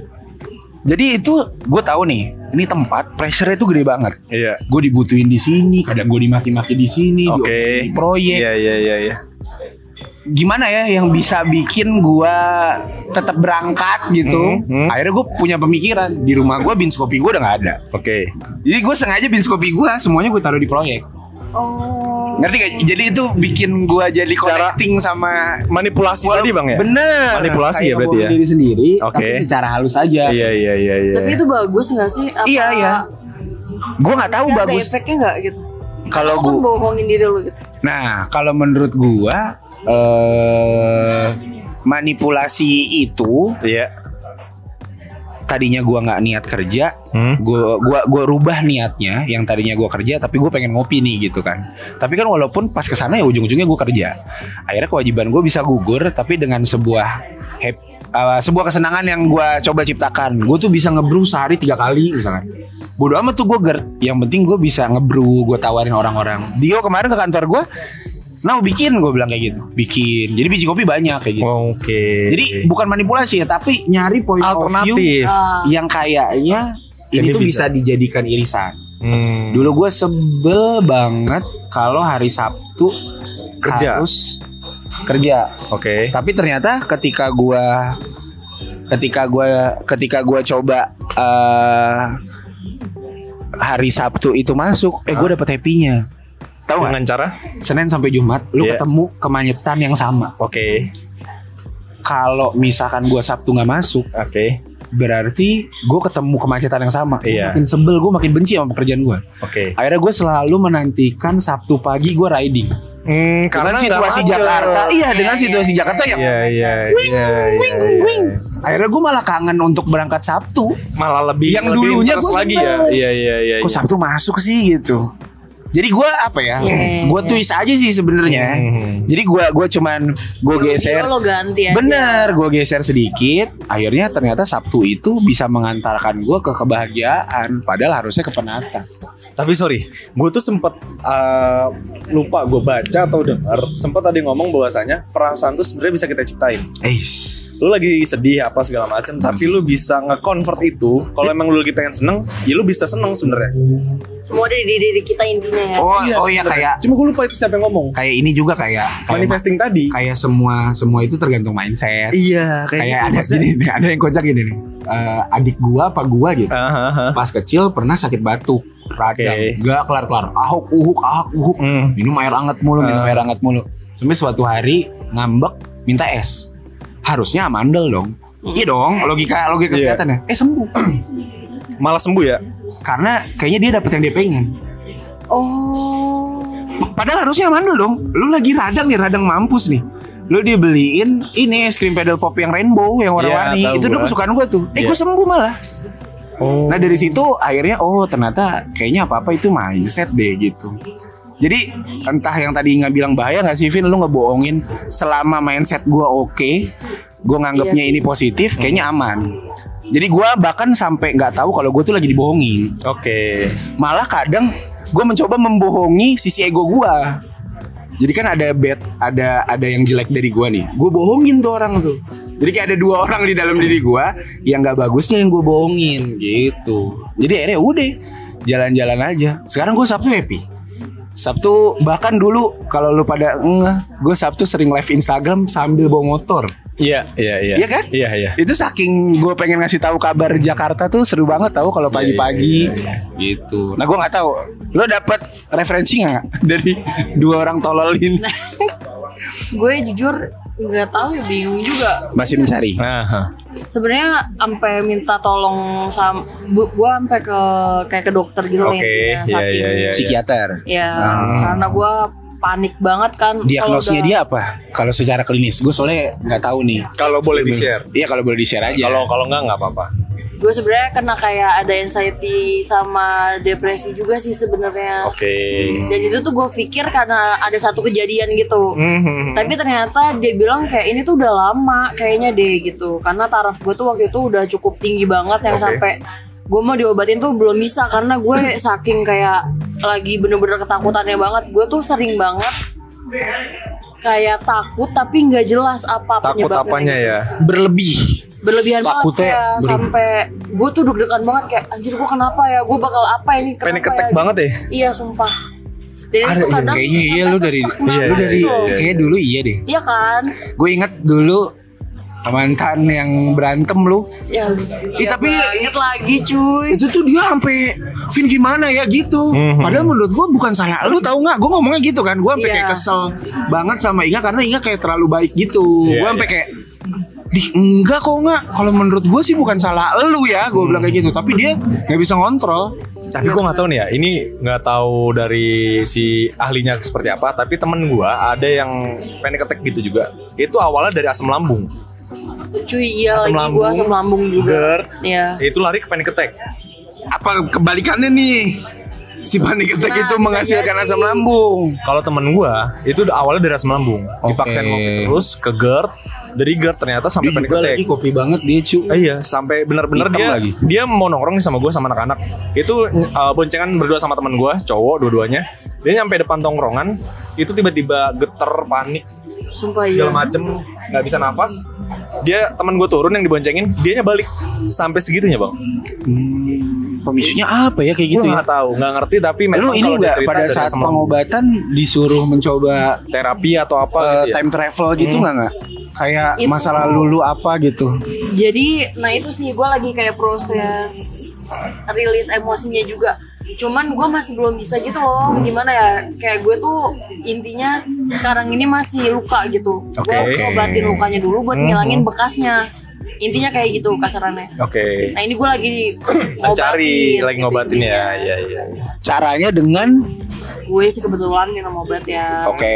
Jadi itu gue tahu nih, ini tempat pressure itu gede banget. Iya. Gue dibutuhin di sini, kadang gue dimaki-maki di sini, Oke. di proyek. Iya iya iya iya. gimana ya yang bisa bikin gua tetap berangkat gitu. Hmm, hmm. Akhirnya gue punya pemikiran di rumah gua bins kopi gua udah nggak ada. Oke. Jadi gue sengaja bins kopi gua semuanya gue taruh di proyek. Oh. Ngerti gak? Jadi itu bikin gua jadi Cara- connecting sama Manipulasi tadi Bang ya? Bener. Manipulasi Kayak ya berarti ya? ngomongin Diri sendiri, Oke. tapi secara halus aja. Iya iya iya iya. Tapi itu bagus nggak sih? Apa- Iya, iya. Gua nggak tahu Ada bagus. efeknya nggak gitu? Kalau Kamu kan gua- bohongin diri lu gitu. Nah, kalau menurut gua eh manipulasi itu Iya. tadinya gua nggak niat kerja Hmm. gua gua gua rubah niatnya yang tadinya gua kerja tapi gua pengen ngopi nih gitu kan tapi kan walaupun pas kesana ya ujung-ujungnya gua kerja akhirnya kewajiban gua bisa gugur tapi dengan sebuah hap- eh, sebuah kesenangan yang gua coba ciptakan gue tuh bisa ngebrew sehari tiga kali misalkan bodo amat tuh gue gerd yang penting gue bisa ngebrew gue tawarin orang-orang Dio kemarin ke kantor gua Nah bikin gue bilang kayak gitu Bikin Jadi biji kopi banyak kayak gitu Oke. Jadi bukan manipulasi ya Tapi nyari point of view alternatif. Ah. yang kayaknya ini, tuh Ini bisa. bisa. dijadikan irisan. Hmm. Dulu gue sebel banget kalau hari Sabtu Kerja. harus kerja. Oke. Tapi ternyata ketika gue ketika gue ketika gue coba eh, hari Sabtu itu masuk, eh gue dapet happy-nya. Tahu nggak? Ah. dengan cara Senin sampai Jumat lu Iya. ketemu kemanyetan yang sama. oke Kalau misalkan gua Sabtu nggak masuk, oke berarti gue ketemu kemacetan yang sama. Gua Iya. Makin sebel gue, makin benci sama pekerjaan gue. oke Akhirnya gue selalu menantikan Sabtu pagi gue riding. Hmm, Dengan nggak situasi macet. Jakarta, iya dengan Iya, situasi iya, Jakarta ya. iya iya Wing, iya, wing, iya, iya. wing. Akhirnya gue malah kangen untuk berangkat Sabtu. malah lebih Yang lebih dulunya interest gua lagi ya seneng. iya iya iya Kok iya. Sabtu masuk sih gitu. Jadi gue apa ya? Iya, gue iya. twist aja sih sebenarnya. Hmm. Jadi gue gue cuman gue geser. Lo ganti ya. aja. Bener, gue geser sedikit. Akhirnya ternyata Sabtu itu bisa mengantarkan gue ke kebahagiaan. Padahal harusnya kepenatan. Tapi sorry, gue tuh sempet uh, lupa gue baca atau dengar sempet tadi ngomong bahwasanya perasaan tuh sebenarnya bisa kita ciptain. Eis. Lu lagi sedih apa segala macem, tapi lu bisa nge-convert itu. Kalau emang lu lagi pengen seneng, ya lu bisa seneng sebenarnya. Semua dari diri, diri kita intinya ya. Oh, oh iya sebenarnya. kayak Cuma gue lupa itu siapa yang ngomong. kayak ini juga kayak kayak, Manifesting tadi. kayak semua semua itu tergantung mindset. Iya, kayak gitu. ada Maksudnya- gini nih, ada yang kocak gini nih. Eh, adik gua apa gua gitu. Ah, ah, ah. Pas kecil pernah sakit batuk, Oke. radang, nggak kelar-kelar. Ahok uhuk, ahok uhuk. Hmm. Minum air anget mulu, minum Ah. air anget mulu. Sampai suatu hari ngambek minta es. Harusnya amandel dong. Iya dong, logika logika Iya. kesehatan ya. Eh sembuh. Malah sembuh ya? Karena kayaknya dia dapet yang dia pengen. Oh. Padahal harusnya mandul dong. Lu lagi radang nih, radang mampus nih. Lu dibeliin ini es krim pedal pop yang rainbow yang warna-warni. Iya, tahu itu dulu gua. kesukaan gua tuh. Eh, Iya. gua sembuh malah. Oh. Nah, dari situ akhirnya oh ternyata kayaknya apa-apa itu mindset deh gitu. Jadi entah yang tadi nggak bilang bahaya nggak sih Vin lu ngebohongin selama mindset gua oke, gua nganggapnya Iya sih. ini positif, kayaknya aman. Jadi gua bahkan sampai nggak tahu kalau gua tuh lagi dibohongin. Oke. malah kadang gue mencoba membohongi sisi ego gua jadi kan ada bad ada ada yang jelek dari gua nih gue bohongin tuh orang tuh jadi kayak ada dua orang di dalam diri gua yang nggak bagusnya yang gue bohongin gitu jadi akhirnya udah jalan-jalan aja sekarang gue sabtu happy Sabtu bahkan dulu kalau lu pada ngeh gue Sabtu sering live Instagram sambil bawa motor Iya, iya, iya. Iya kan? Iya, iya. itu saking gue pengen ngasih tahu kabar Jakarta tuh seru banget tahu kalau pagi-pagi iya. gitu. Nah gue nggak tahu, lo dapet referensi nggak dari dua orang tolol ini? Nah. Gue jujur nggak tahu ya bingung juga. Masih mencari. Nah, ah. Sebenarnya sampai minta tolong sama bu, gue sampai ke kayak ke dokter gitu loh Oke, iya, intinya, saking iya, iya. Psikiater. ya karena gue panik banget kan. kalau Diagnosnya udah- Hmm. dia apa? Kalau secara klinis, gue soalnya nggak tahu nih. Kalau boleh di-share. Iya kalau boleh di share aja. Kalau kalau enggak nggak apa-apa. gue sebenarnya kena kayak ada anxiety sama depresi juga sih sebenarnya Oke. dan itu tuh gue pikir karena ada satu kejadian gitu Hmm. Mhm. tapi ternyata dia bilang kayak ini tuh udah lama kayaknya deh gitu karena taraf gue tuh waktu itu udah cukup tinggi banget yang Oke. sampai gue mau diobatin tuh belum bisa karena gue saking kayak lagi bener-bener ketakutannya banget gue tuh sering banget kayak takut tapi nggak jelas apa Takut penyebabnya gitu. apanya ya? berlebih. berlebihan banget Takutnya kayak berlebi- sampai gue tuh deg-degan banget kayak anjir gue kenapa ya gue bakal apa ini kenapa Panic attack ya?" banget ya? iya sumpah dan Ada itu iya, kadang kayaknya iya sampai lu dari sesak nafas iya, lu dari gitu loh. iya. kayaknya dulu iya deh. iya kan Gue inget dulu mantan yang berantem lu ya, Iya, Ih, tapi- inget lagi cuy itu tuh dia sampai Vin gimana ya gitu Mhm. padahal menurut gua bukan salah lu tahu nggak gua ngomongnya gitu kan gua sampai Iya. kayak kesel banget sama Inga karena Inga kayak terlalu baik gitu Iya, gua sampai kayak Dih, enggak kok enggak. Kalau menurut gua sih bukan salah lu ya, gua bilang kayak gitu. Tapi dia nggak bisa ngontrol. Tapi gue nggak tahu nih ya. Ini nggak tahu dari si ahlinya seperti apa. Tapi temen gue ada yang panic attack gitu juga. Itu awalnya dari asam lambung. cuy iya Asam lagi gue lambung, asam lambung juga GERD. iya Itu lari ke panic attack. Apa kebalikannya nih? Si panik attack Nah, itu bisa menghasilkan jadi. asam lambung. Kalau temen gue itu awalnya dari asam lambung. Oke. Dipaksain ngopi terus ke GERD. Dari GERD ternyata sampai Dia panic juga attack. lagi kopi banget dia, cu. Ah, Iya, sampai benar-benar Hitam dia lagi. dia mau nongkrong nih sama gue sama anak-anak. Itu uh, boncengan berdua sama teman gue, cowok dua-duanya. Dia nyampe depan tongkrongan, itu tiba-tiba geter, panik, sumpah iya segala macem, nggak bisa nafas. Dia teman gue turun yang diboncengin, dianya balik sampai segitunya bang. Hmm, pemicunya apa ya kayak Gue gitu ya? nggak tahu, nggak ngerti tapi memang Lu ini kalau dia enggak cerita pada dari saat asam lambung. pengobatan disuruh mencoba terapi atau apa Eh, gitu ya? time travel gitu nggak nggak? Kayak Itu. masa lalu lu apa gitu? jadi nah itu sih gue lagi kayak proses rilis emosinya juga cuman gue masih belum bisa gitu loh gimana ya kayak gue tuh intinya sekarang ini masih luka gitu gue harus Oke. Mhm. obatin lukanya dulu buat ngilangin bekasnya intinya kayak gitu kasarannya Oke. nah ini gue lagi Mencari ngobatin, lagi gitu ngobatin ya. intinya. Iya iya. Caranya dengan gue sih kebetulan minum obat ya Oke,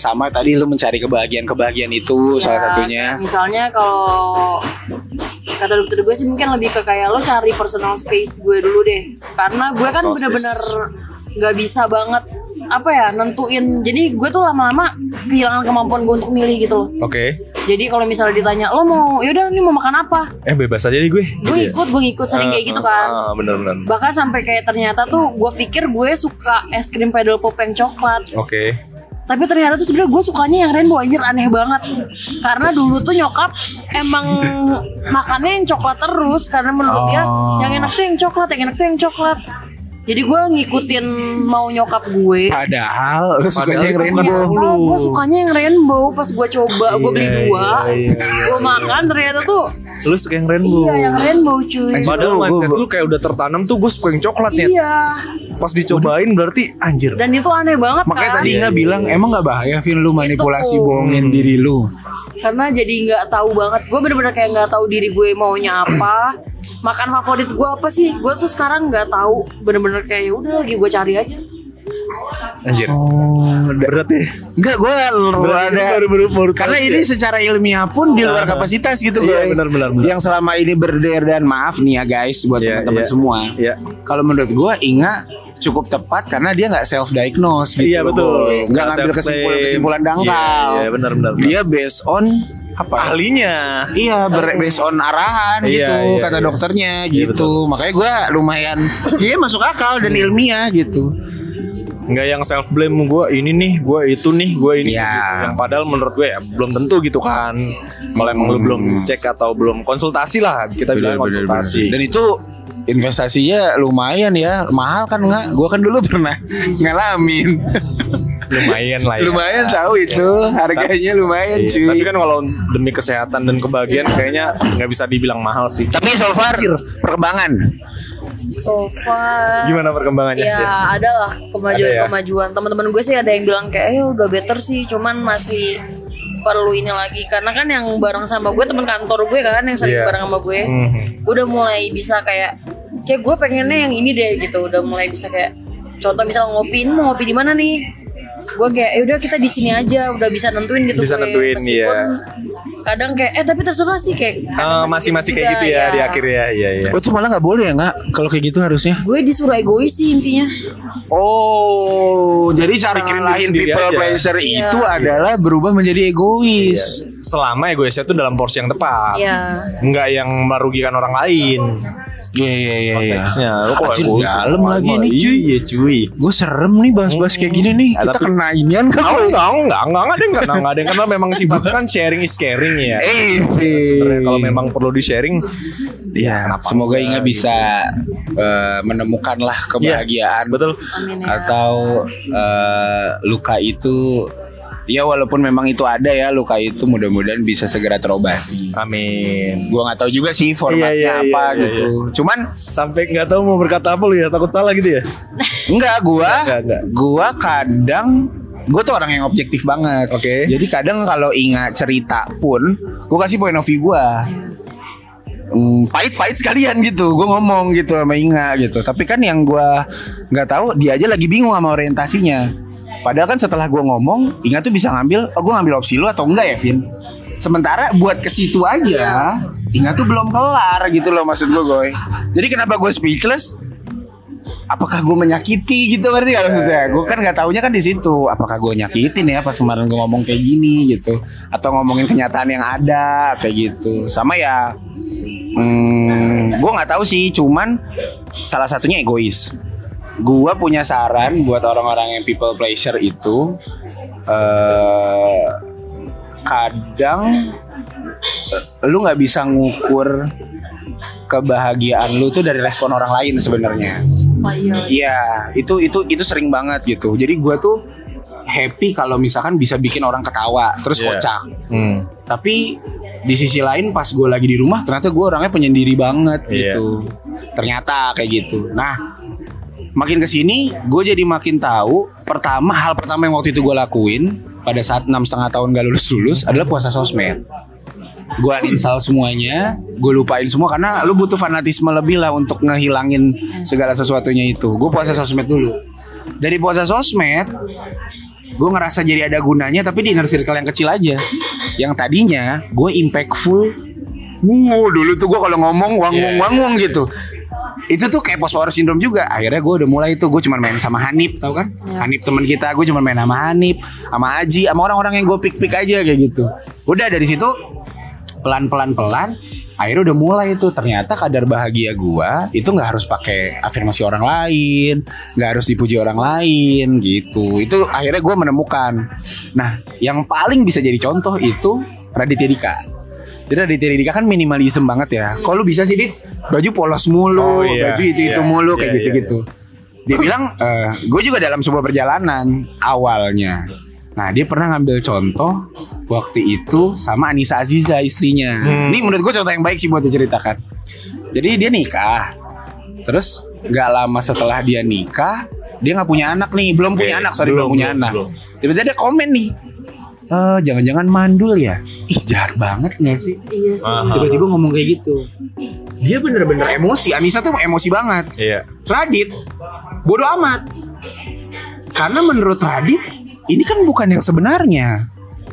sama tadi lu mencari kebahagiaan-kebahagiaan itu Ya, salah kayak satunya. Misalnya kalau kata dokter gue sih mungkin lebih ke kayak lo cari personal space gue dulu deh. Karena gue kan Personal bener-bener nggak bisa banget apa ya nentuin. Jadi gue tuh lama-lama kehilangan kemampuan gue untuk milih gitu loh. Oke. Jadi kalau misalnya ditanya lo mau yaudah ini mau makan apa? Eh bebas aja deh gue. Gitu ya? Gue ikut, gue ngikut sering kayak gitu kan. Iya. Ah, bener bener. Bahkan sampai kayak ternyata tuh gue pikir gue suka es krim pedal pop yang coklat. Oke. Tapi ternyata tuh sebenernya gue sukanya yang rainbow anjir aneh banget Karena dulu tuh nyokap emang makannya yang coklat terus Karena menurut dia Oh. yang enak tuh yang coklat, yang enak tuh yang coklat Jadi gue ngikutin mau nyokap gue Padahal lu sukanya yang itu kan- bukan rainbow. Ternyata gue sukanya yang rainbow Pas gue coba, gue beli Iya, dua iya, iya, Gue makan ternyata tuh Lu suka yang rainbow. Iya yang rainbow cuy Padahal Gua- mindset lu kayak udah tertanam tuh gue suka yang coklat ya. Iya Pas dicobain berarti anjir. Dan itu aneh banget Makanya kan tadi Iya, nggak iya, Hmm. bilang emang nggak bahaya Vin lu manipulasi Itu. bohongin diri lu. karena jadi nggak tahu banget gue bener-bener kayak nggak tahu diri gue maunya apa makan favorit gue apa sih gue tuh sekarang nggak tahu bener-bener kayak "Ya udah lagi gue cari aja Anjir. Berat ya. Enggak, gue Berarti Oh. ada. baru- baru- baru Karena tahu ini ya. secara ilmiah pun di luar Ah. kapasitas gitu Boy. Iya, benar, benar, benar. Yang selama ini berder dan maaf nih ya guys buat Iya, teman-teman iya. semua. Iya. Kalau menurut gue Inga cukup tepat karena dia nggak self diagnose gitu. Iya, betul. Boy. Nggak Nggak ngambil self-claim. kesimpulan kesimpulan Iya, dangkal. iya, benar, benar, benar. Dia based on apa? ya? Ahlinya. Iya, ber- based on arahan Iya, gitu iya, kata iya. dokternya Iya, gitu. Makanya gue lumayan dia masuk akal dan ilmiah gitu. Nggak yang self blame gue ini nih, gue itu nih, gue ini. Iya. gitu. Yang padahal menurut gue ya, belum tentu gitu kan. Kalau emang Hmm. lu belum cek atau belum konsultasi lah, kita bilang konsultasi. Dan itu investasinya lumayan ya, mahal kan nggak? Gua kan dulu pernah ngalamin. Lumayan lah ya. lumayan tahu itu, harganya lumayan Iya, cuy. Iya, Tapi kan kalau demi kesehatan dan kebahagiaan kayaknya nggak bisa dibilang mahal sih. tapi so far perkembangan. so far Gimana perkembangannya? ya Iya. ada lah kemajuan Ada ya? kemajuan teman-teman gue sih ada yang bilang kayak eh udah better sih cuman masih perlu ini lagi karena kan yang bareng sama gue teman kantor gue kan yang sering Iya. bareng sama gue Mhm. udah mulai bisa kayak kayak gue pengennya yang ini deh gitu udah mulai bisa kayak contoh misal ngopi ini mau ngopi di mana nih gue kayak ya udah kita di sini aja udah bisa nentuin gitu Bisa gue. nentuin, Meskipun iya. kadang kayak eh tapi terserah sih kayak Eh, masih-masih kayak gitu ya, di akhir ya. Iya, iya. Oh, itu malah nggak boleh ya nggak? Kalau kayak gitu harusnya. gue disuruh egois sih intinya Oh, jadi cara Pikirin diri ngalahin sendiri people aja. pleaser Iya. itu adalah berubah menjadi egois. Selama egoisnya itu dalam porsi yang tepat. ya Nggak yang merugikan orang lain. Iya iya iya. Konteksnya. Lu kok Anjir, egois? dalam lagi nih cuy. Iya, cuy. Gue serem nih bahas-bahas kayak gini nih. Ya, Kita tapi- kena inian kan? Oh, enggak, enggak, enggak, enggak ada, enggak, enggak, enggak ada. Karena memang sibuk kan sharing is caring ya. Eh, Sebenarnya kalau memang perlu di sharing, Iya, ya kenapa Semoga enggak, Inga gitu. bisa eh, menemukanlah kebahagiaan ya. Betul. amin ya atau eh, luka itu ya walaupun memang itu ada ya luka itu mudah-mudahan bisa segera terobati. Amin. Gua nggak tahu juga sih formatnya Iya, apa iya, iya, iya, gitu. Cuman Sampai nggak tahu mau berkata apa lu ya, takut salah gitu ya. enggak gua Enggak, enggak, enggak. gua kadang gue tuh orang yang objektif banget. Oke. Jadi kadang kalau Inga cerita pun gue kasih point of view gua. Hmm, pahit-pahit sekalian gitu gue ngomong gitu sama Inga gitu tapi kan yang gue nggak tahu dia aja lagi bingung sama orientasinya padahal kan setelah gue ngomong Inga tuh bisa ngambil oh gue ngambil opsi lu atau enggak ya Vin sementara buat ke situ aja Inga tuh belum kelar gitu loh maksud gue Goy jadi kenapa gue speechless apakah gue menyakiti gitu berarti kalau maksudnya gue kan nggak taunya kan di situ apakah gue nyakitin ya pas kemarin gue ngomong kayak gini gitu atau ngomongin kenyataan yang ada kayak gitu sama ya hmm, gue nggak tahu sih cuman salah satunya egois gue punya saran buat orang-orang yang people pleasure itu eh kadang eh, lu nggak bisa ngukur kebahagiaan lu tuh dari respon orang lain sebenarnya. Wah, iya. Iya, itu itu itu sering banget gitu. Jadi gua tuh happy kalau misalkan bisa bikin orang ketawa terus Iya. kocak. Hmm. Tapi di sisi lain pas gue lagi di rumah ternyata gue orangnya penyendiri banget Iya. gitu. Ternyata kayak gitu. Nah, makin kesini gue jadi makin tahu pertama hal pertama yang waktu itu gue lakuin pada saat enam setengah tahun gak lulus lulus adalah puasa sosmed gue uninstall semuanya gue lupain semua karena lu butuh fanatisme lebih lah untuk ngehilangin segala sesuatunya itu gue puasa sosmed dulu dari puasa sosmed gue ngerasa jadi ada gunanya tapi di inner circle yang kecil aja yang tadinya gue impactful wuh dulu tuh gue kalau ngomong wangung wangung gitu itu tuh kayak post power syndrome juga akhirnya gue udah mulai tuh gue cuma main sama Hanif tau kan Iya. Hanif teman kita gue cuma main sama Hanif sama Aji sama orang-orang yang gue pick pick aja kayak gitu udah dari situ pelan pelan pelan akhirnya udah mulai tuh ternyata kadar bahagia gua itu nggak harus pakai afirmasi orang lain nggak harus dipuji orang lain gitu itu akhirnya gua menemukan nah yang paling bisa jadi contoh itu Raditya Dika jadi Raditya Dika kan minimalism banget ya kalau lu bisa sih dit baju polos mulu Oh, iya. baju itu itu Iya, mulu iya, kayak iya, gitu gitu dia bilang gue juga dalam sebuah perjalanan awalnya nah dia pernah ngambil contoh waktu itu sama Anissa Aziza istrinya Hmm. ini menurut gue contoh yang baik sih buat diceritakan jadi dia nikah terus nggak lama setelah dia nikah dia nggak punya anak nih belum Oke, punya anak sorry belum, belum, punya belum, anak belum. tiba-tiba dia komen nih Eh, jangan-jangan mandul ya ih jahat banget nggak sih Iya sih. Aha. tiba-tiba ngomong kayak gitu dia bener-bener emosi Anissa tuh emosi banget Iya. Radit bodoh amat. Karena menurut Radit ini kan bukan yang sebenarnya.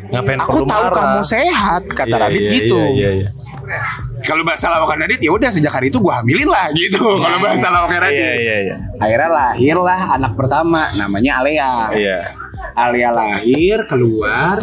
Ngapain Aku perlu tahu marah? kamu sehat kata Iya, Radit iya, gitu. Iya, iya, Kalau bahasa lawakan Radit ya udah sejak hari itu gua hamilin lah gitu. Kalau bahasa lawakan iya. Radit. Iya, iya, iya. Akhirnya lahirlah anak pertama namanya Alea. Iya. Alia lahir keluar.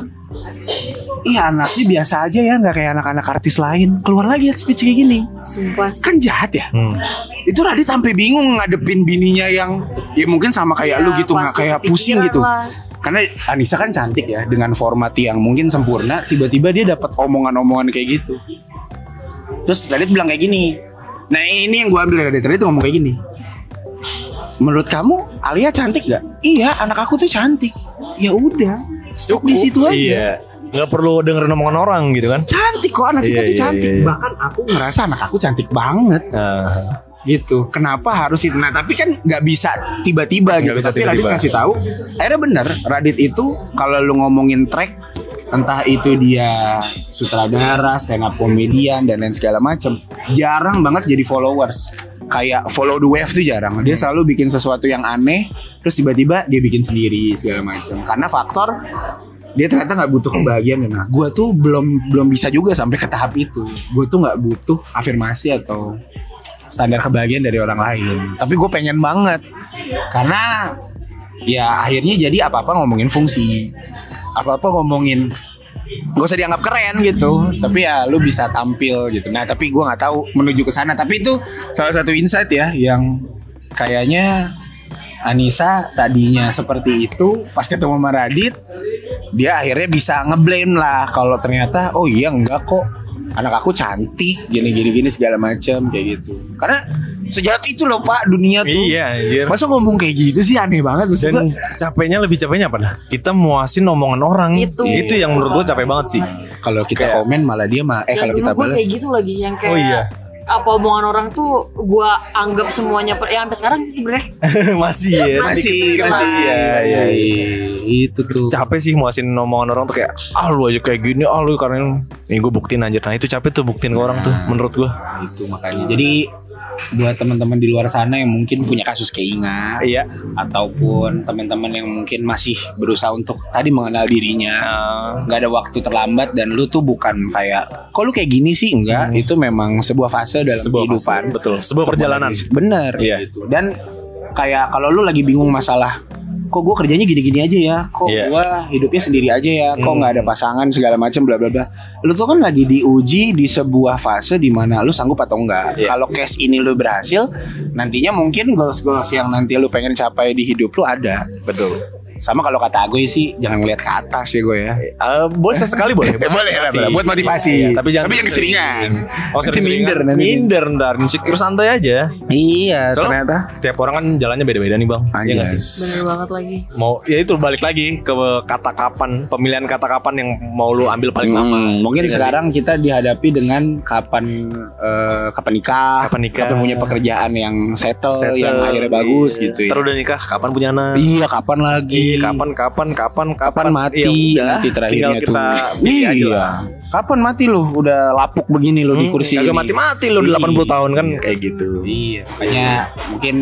Iya anaknya biasa aja ya nggak kayak anak-anak artis lain. Keluar lagi head speech kayak gini. Sumpah. sih. Kan jahat ya. Hmm. itu Radit sampai bingung ngadepin bininya yang ya mungkin sama kayak Ya, lu gitu nggak pasti kayak pusing kepikiran gitu lah. karena Anissa kan cantik ya dengan format yang mungkin sempurna tiba-tiba dia dapat omongan-omongan kayak gitu terus Radit bilang kayak gini nah ini yang gua ambil dari Radit Radit ngomong kayak gini menurut kamu Alia cantik gak? Iya anak aku tuh cantik ya udah stop di situ aja Iya. Nggak perlu dengerin omongan orang gitu kan? cantik kok anak kita Iya, tuh iya, cantik iya, iya. bahkan aku ngerasa anak aku cantik banget Nah, gitu kenapa harus itu nah tapi kan nggak bisa tiba-tiba gitu Nggak bisa tapi tiba-tiba. Radit ngasih tahu akhirnya bener Radit itu kalau lu ngomongin track entah itu dia sutradara stand up komedian dan lain segala macem jarang banget jadi followers kayak follow the wave tuh jarang dia Hmm. selalu bikin sesuatu yang aneh terus tiba-tiba dia bikin sendiri segala macem karena faktor dia ternyata nggak butuh kebahagiaan nah gue tuh belum belum bisa juga sampai ke tahap itu gue tuh nggak butuh afirmasi atau standar kebahagiaan dari orang lain. Tapi gue pengen banget karena ya akhirnya jadi apa-apa ngomongin fungsi, apa-apa ngomongin gak usah dianggap keren gitu, tapi ya lu bisa tampil gitu. Nah tapi gue nggak tahu menuju ke sana. Tapi itu salah satu insight ya yang kayaknya Anissa tadinya seperti itu pas ketemu sama Radit dia akhirnya bisa ngeblame lah kalau ternyata oh iya enggak kok anak aku cantik gini gini gini segala macam kayak gitu karena sejahat itu loh pak dunia tuh iya, anjir. masa ngomong kayak gitu sih aneh banget maksud gua, Dan capeknya lebih capeknya apa dah? Kita muasin omongan orang. Itu. yang menurut gue capek banget sih. kalau kita kayak- komen malah dia mah eh Yang kalau dulu kita gue balas kayak gitu lagi yang kayak Oh, iya. apa omongan orang tuh gue anggap semuanya per- ya sampai sekarang sih sebenarnya masih ya, masih sedikit-sedikit masih ya, ya, ya. Iya, itu tuh capek sih muasin omongan orang tuh kayak ah lu aja kayak gini ah lu karena ini." ini gue buktiin anjir nah itu capek tuh buktiin ke orang tuh menurut gue itu Gitu, makanya jadi buat teman-teman di luar sana yang mungkin punya kasus keingat iya ataupun teman-teman yang mungkin masih berusaha untuk tadi mengenal dirinya Ah. nggak ada waktu terlambat dan lu tuh bukan kayak kok lu kayak gini sih enggak itu memang sebuah fase dalam Hmm. sebuah kehidupan fase, betul sebuah perjalanan bener Iya. gitu dan kayak kalau lu lagi bingung masalah kok gue kerjanya gini-gini aja ya kok Iya. gue hidupnya sendiri aja ya kok Hmm. nggak ada pasangan segala macam bla bla bla lu tuh kan lagi diuji di sebuah fase di mana lu sanggup atau enggak Iya. kalau case ini lu berhasil nantinya mungkin goals goals yang nanti lu pengen capai di hidup lu ada betul sama kalau kata gue sih jangan ngeliat ke atas ya gue ya Eh, boleh sesekali Eh, boleh boleh, motivasi. boleh. Buat motivasi. Iya, tapi jangan Tapi jangan keseringan. oh Nanti sering minder, minder nanti. minder ntar insecure santai aja iya Soalnya- tiap orang kan jalannya beda-beda nih bang Iya Anjay. nggak sih bener banget lagi lagi mau ya itu balik lagi ke kata kapan pemilihan kata kapan yang mau lu ambil paling lama Hmm, mungkin Iya nggak sekarang kita dihadapi dengan kapan eh, kapan nikah, Kapan nikah. punya pekerjaan yang settle, Settle, yang akhirnya bagus iya. gitu. Ya. Ntar udah nikah kapan punya anak Iya, kapan lagi? Iya, kapan kapan kapan kapan mati Ya udah, nanti tinggal terakhirnya kita tuh. Iya. pilih aja lah Kapan mati lu? Udah lapuk begini lu di Hmm, kursi. kagak ini. mati-mati lu Iya. 80 tahun kan kayak gitu Iya, makanya mungkin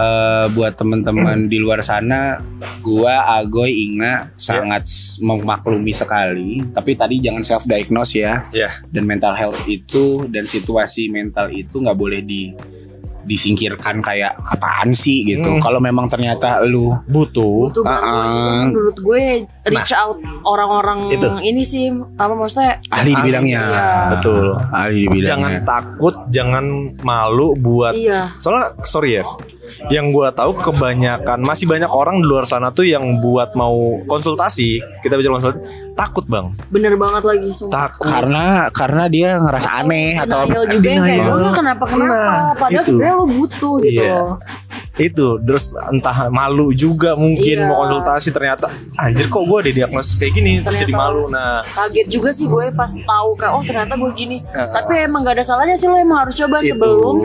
eh, buat teman-teman di luar sana, gua Agoy Inga sangat s- memaklumi sekali. Tapi tadi jangan self diagnose ya. ya Dan mental health itu dan situasi mental itu nggak boleh di disingkirkan kayak apaan sih gitu. Hmm. Kalau memang ternyata lu butuh butuh bantuan Ah, ah. menurut gue reach out orang-orang Nah, itu. ini sih apa maksudnya ahli di bidangnya, Iya. betul ahli di jangan bidangnya. takut jangan malu buat iya soalnya sorry ya yang gua tahu kebanyakan masih banyak orang di luar sana tuh yang buat mau konsultasi kita bicara konsultasi takut bang bener banget lagi sumpah takut Karena karena dia ngerasa aneh atau Denial juga yang kayak Denial. "Lu kenapa kenapa Nah, padahal itu. sebenarnya lu butuh gitu Iya. loh itu terus entah malu juga mungkin Iya. mau konsultasi ternyata anjir kok gua didiagnosis kayak gini terus Ternyata. jadi malu nah kaget juga sih gue pas tahu kayak oh ternyata gue gini tapi emang gak ada salahnya sih lo emang harus coba Ah. Itu. sebelum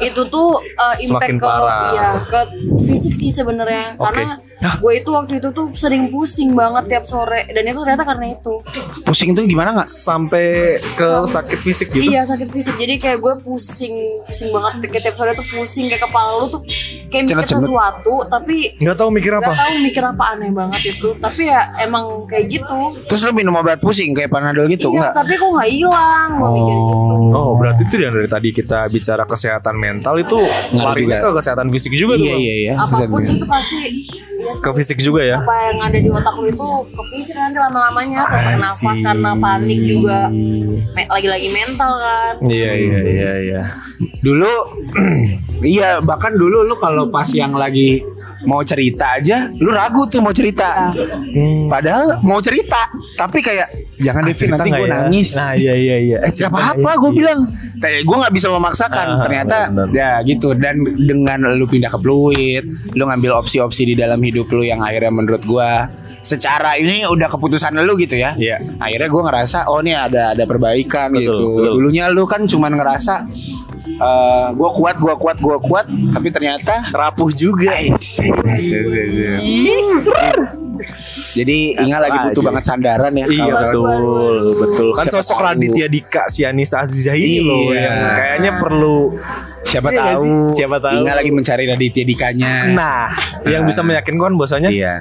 itu tuh uh, Semakin impact ke parah. ya ke fisik sih Oke. sebenarnya Nah. karena gue itu waktu itu tuh sering pusing banget tiap sore dan itu ternyata karena itu pusing tuh gimana nggak? sampai ke sakit fisik gitu iya sakit fisik jadi kayak gue pusing pusing banget kayak tiap sore tuh pusing kayak kepala lu tuh kayak mikir Cenut-cenut. sesuatu tapi nggak tahu mikir Gak apa tahu mikir apa aneh banget itu Tapi ya emang kayak gitu Terus lu minum obat pusing kayak panadol gitu nggak? Iya tapi kok gak hilang Gue mikir gitu Oh berarti itu yang dari tadi kita bicara kesehatan mental itu larinya juga. ke kesehatan fisik juga tuh Iya Bang. iya iya. bisa apapun dibilang. itu pasti ya sih, ke fisik juga ya Ah, apa yang ada di otak lu itu ke fisik nanti lama-lamanya sesak I nafas see. karena panik juga Me- lagi-lagi mental kan Iya iya iya iya Dulu iya bahkan dulu lu kalau pas yang lagi mau cerita aja lu ragu tuh mau cerita. Iya. Hmm. Padahal mau cerita tapi kayak jangan deh Vin, Cerita nanti nggak gue ya? nangis. Nah iya iya iya. Eh, Gak cerita apa-apa nggak ya? gue Iya. bilang Kayak gue gak bisa memaksakan Ah, Ternyata benar. ya gitu Dan dengan lu pindah ke Pluit Lu ngambil opsi-opsi di dalam hidup lu Yang akhirnya menurut gue Secara ini udah keputusan lu gitu ya Iya. Akhirnya gue ngerasa Oh ini ada ada perbaikan Betul, gitu betul. Dulunya lu kan cuman ngerasa eh Gue kuat, gue kuat, gue kuat Tapi ternyata Rapuh juga. Iya, Jadi ingat lagi Apa butuh aja. banget sandaran ya Iya kalau- betul betul. Kan Siapa sosok tahu. Raditya Dika si Anissa Azizah Iya. ini loh yang kayaknya perlu Siapa Iya nggak tahu sih? Siapa tahu. Ingat lagi mencari Raditya Dikanya nah yang bisa meyakinkan bahwasanya Eh. Iya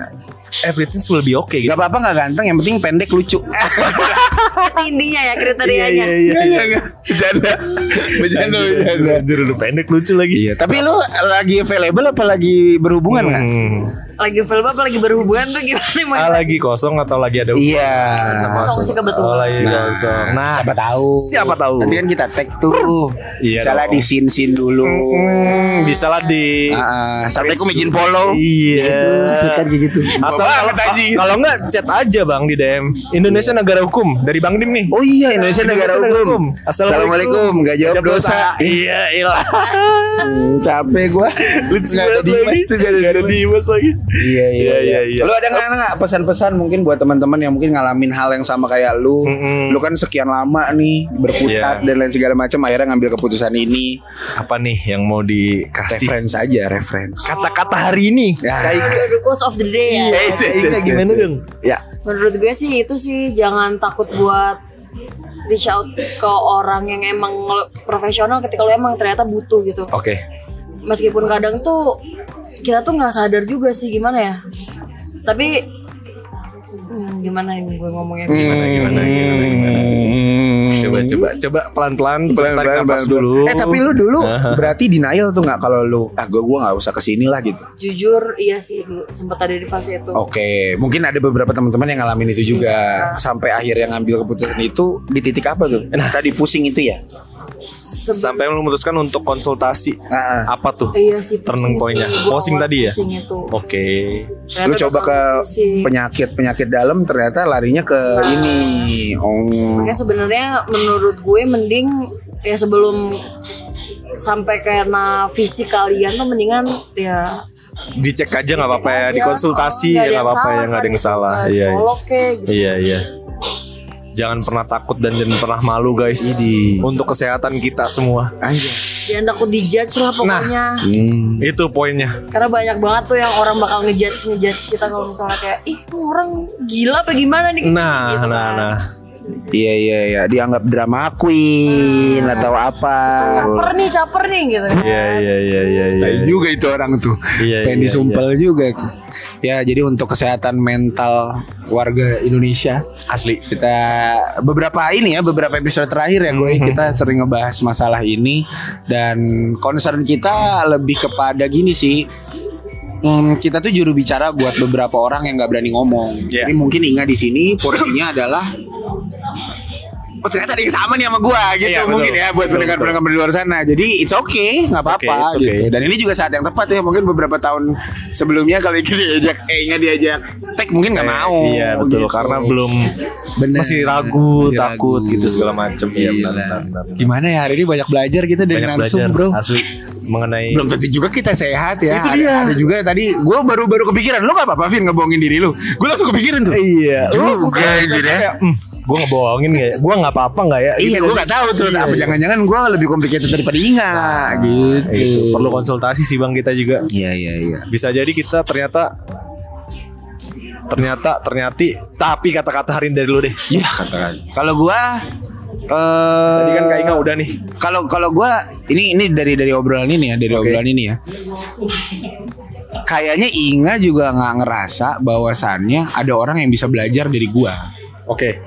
everything will be okay gitu. Gak apa-apa gak ganteng Yang penting pendek lucu itu intinya ya kriterianya Iya iya iya Bercanda Bercanda bercanda Anjir lu pendek lucu lagi. Iya Tapi lu lagi available apa lagi berhubungan gak? Hmm. lagi film apa lagi berhubungan tuh gimana mau Ah, lagi kosong atau lagi ada hubungan Iya sama- Kosong sih kebetulan. Oh, lagi kosong. Nah Nah, siapa tahu Siapa tahu. Nanti kan kita tag tuh Iya Salah dong. di sin-sin dulu Hmm, bisa lah di Ah, ah. Assalamualaikum izin follow Iya. gitu Atau kalau, kalau enggak chat aja Bang di DM. Indonesia negara hukum dari Bang Dim nih. Iya. Oh iya Indonesia negara hukum Assalamualaikum Gak jawab dosa Iya, ilah. Hmm, Capek gua Lucu Nggak ada banget Dimas lagi. tuh, nggak ada Nggak ada Dimas lagi. Iya iya Iya, iya. iya, iya. Lu ada nggak ada nggak pesan-pesan mungkin buat teman-teman yang mungkin ngalamin hal yang sama kayak lu? Mm-mm. Lu kan sekian lama nih berkutat Iya. dan lain segala macam akhirnya ngambil keputusan ini. Apa nih yang mau dikasih? Reference aja, reference. Kata-kata hari ini. Ya. The quotes of the day ya Iya. Kayaknya gimana dong? Ya. Menurut gue sih itu sih jangan takut buat reach out ke orang yang emang profesional ketika lo emang ternyata butuh gitu. Oke. Meskipun kadang tuh kita tuh nggak sadar juga sih gimana ya. Tapi hmm, gimana yang gue ngomongnya? Gimana, gimana, gimana, gimana. Coba coba coba pelan-pelan tarik Hmm. Pelan-pelan Hmm. nafas pelan-pelan. dulu. Eh tapi lu dulu berarti denial tuh nggak kalau lu ah gua gua nggak usah kesini lah gitu. Jujur iya sih dulu sempat ada di fase itu. Oh, Oke, mungkin ada beberapa teman-teman yang ngalamin itu juga sampai akhirnya ngambil keputusan itu di titik apa tuh? Nah, Tadi pusing itu ya? Sebelum- sampai lu memutuskan untuk konsultasi. Ah, ah. Apa tuh? Iya sih. Turning pusing point-nya. sih. Gua Posing awal tadi ya? Pusing itu. Oke. lu Ternyata coba ke datang pusing. penyakit penyakit dalam ternyata larinya ke ini oh Makanya sebenarnya menurut gue mending ya sebelum sampai kena fisik kalian tuh mendingan ya dicek aja nggak apa-apa ya, Aja. dikonsultasi Iya. Nggak ya ada nggak yang apa-apa ya salah nggak ada yang kan, salah. ke Iya, iya. psikolog kek, gitu. Iya iya. Jangan pernah takut dan jangan pernah malu guys. Idi. Untuk kesehatan kita semua. Anjir. jangan takut Ya, dijudge Nah. lah pokoknya Hmm. Itu poinnya. karena banyak banget tuh yang orang bakal ngejudge ngejudge kita kalau misalnya kayak ih tuh orang gila apa gimana nih Nah, Gitu kan. nah, nah. Iya iya iya dianggap drama queen atau apa. Iya, caper nih caper nih gitu kan. Iya iya iya iya iya. Tai juga itu orang tuh. Iya, Pengen iya, disumpel juga. Ya, jadi untuk kesehatan mental warga Indonesia asli kita beberapa ini ya beberapa episode terakhir ya Mhm. gue kita sering ngebahas masalah ini dan concern kita lebih kepada gini sih. Hmm, kita tuh juru bicara buat beberapa orang yang nggak berani ngomong. Iya. Jadi mungkin Inga di sini porsinya adalah Oh ternyata ada yang sama nih sama gua gitu Iya, betul. mungkin ya buat Betul, pendengar-pendengar di luar sana. Jadi it's okay, nggak It's okay, apa-apa it's okay. gitu. Dan ini juga saat yang tepat ya mungkin beberapa tahun sebelumnya kalau kita diajak kayaknya diajak tag mungkin nggak Eh, mau. Iya betul gitu. karena belum Bener. masih ragu, Masih takut ragu. gitu segala macem. Gila. Iya, benar, benar, benar. Gimana ya hari ini banyak belajar kita dari Banyak Nansum belajar bro. asli mengenai Belum tentu juga kita sehat ya. Itu Ada- dia. Ada, juga tadi gue baru-baru kepikiran lu nggak apa-apa Vin ngebohongin diri lu. Gue langsung kepikiran tuh. Iya, Juga gitu ya. gue ngebohongin gak ya? Gue nggak apa-apa nggak ya? Iya, gue Gitu gak gak tahu tuh. Iya, apa iya. jangan-jangan gue lebih complicated daripada Inga gitu. sih? Itu, Perlu konsultasi sih bang kita juga. Iya, iya, iya. Bisa jadi kita ternyata ternyata ternyati tapi kata-kata hari ini dari lu deh. Iya, katakan. Kalau gue eh Tadi kan Kak Inga udah nih. Kalau kalau gue ini ini dari dari obrolan ini ya, dari obrolan ini ya. Kayaknya Inga juga nggak ngerasa bahwasannya ada orang yang bisa belajar dari gua Oke.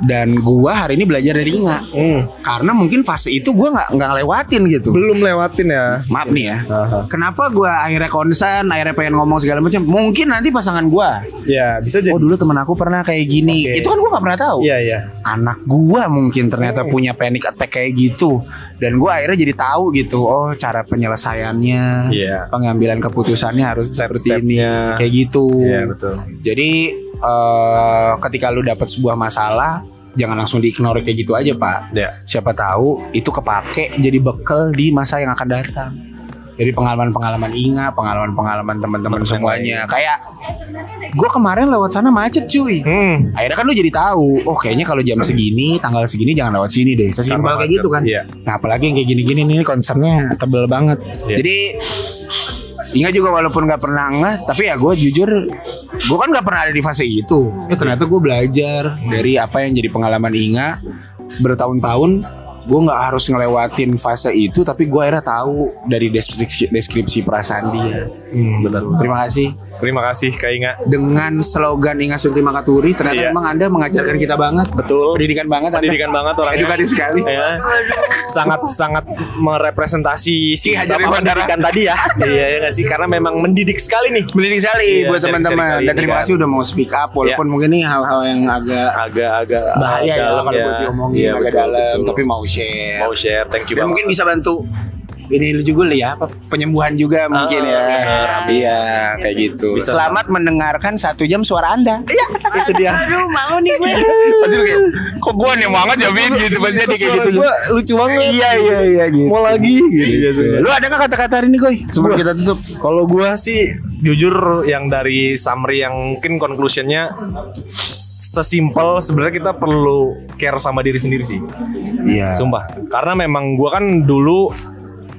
dan gua hari ini belajar dari Inga Hmm. karena mungkin fase itu gua nggak nggak ngelewatin gitu. Belum lewatin ya. Maaf nih ya. Aha. Kenapa gua akhirnya concern, akhirnya pengen ngomong segala macam? Mungkin nanti pasangan gua Ya bisa oh jadi. dulu temen aku pernah kayak gini Oke. itu kan gua nggak pernah tahu Iya iya. anak gua mungkin ternyata Hmm. punya panic attack kayak gitu dan gua akhirnya jadi tahu gitu oh cara penyelesaiannya Iya. pengambilan keputusannya harus seperti ini Step-stepnya. kayak gitu Iya betul. jadi eh, ketika lu dapat sebuah masalah jangan langsung diignore kayak gitu aja pak Ya. siapa tahu itu kepake jadi bekal di masa yang akan datang jadi pengalaman-pengalaman Inga, pengalaman-pengalaman teman-teman Teman-teman semuanya. Kayak gue kemarin lewat sana macet cuy. Hmm. Akhirnya kan lu jadi tahu, oh kayaknya kalau jam segini, tanggal segini jangan lewat sini deh. Sesimpel kayak Karena macet, gitu kan. iya. Nah apalagi yang kayak gini-gini nih concernnya tebel banget. Iya. Jadi Ingat juga walaupun gak pernah ngeh Tapi ya gue jujur Gue kan gak pernah ada di fase itu Ya ternyata gue belajar Dari apa yang jadi pengalaman Inga Bertahun-tahun Gue gak harus ngelewatin fase itu Tapi gue akhirnya tahu Dari deskripsi, deskripsi perasaan dia Hmm, benar. Terima kasih Terima kasih Kak Inga. dengan slogan Inga Sunti Makaturi ternyata Iya. memang Anda mengajarkan kita banget. Betul. Pendidikan banget Anda. Pendidikan banget orangnya. Edukatif sekali. Ya. sangat sangat merepresentasi si Ki Hajar Bapak Dewantara. pendidikan tadi ya. iya ya nggak sih karena memang mendidik sekali nih. Mendidik sekali Iya, buat sharing-sharing teman-teman kali dan ini terima kan. kasih udah mau speak up walaupun mungkin nih hal-hal yang agak Agak-agak bahaya ya dalam kalau buat diomongin Iya, agak betul, dalam betul. tapi mau share. mau share thank dan you banget. Ya, mungkin bisa bantu ini lu juga lah ya apa, penyembuhan juga mungkin ya. benar. Iya, kayak gitu. Ah, Bisa. Selamat mendengarkan satu jam suara Anda. Iya. itu dia. aduh malu nih gue pasti lu kayak kok gua nih banget ya Vin gitu pasti dia kayak gitu. Gua lucu banget. Iya, iya, iya gitu. Mau lagi gitu biasanya. Lu ada nggak kata-kata hari ini, Goy? Iya. Sebelum kita tutup. Kalau gua sih jujur yang dari summary yang mungkin conclusionnya sesimpel sebenarnya kita perlu care sama diri sendiri sih. Iya. Sumpah. Karena memang gua kan dulu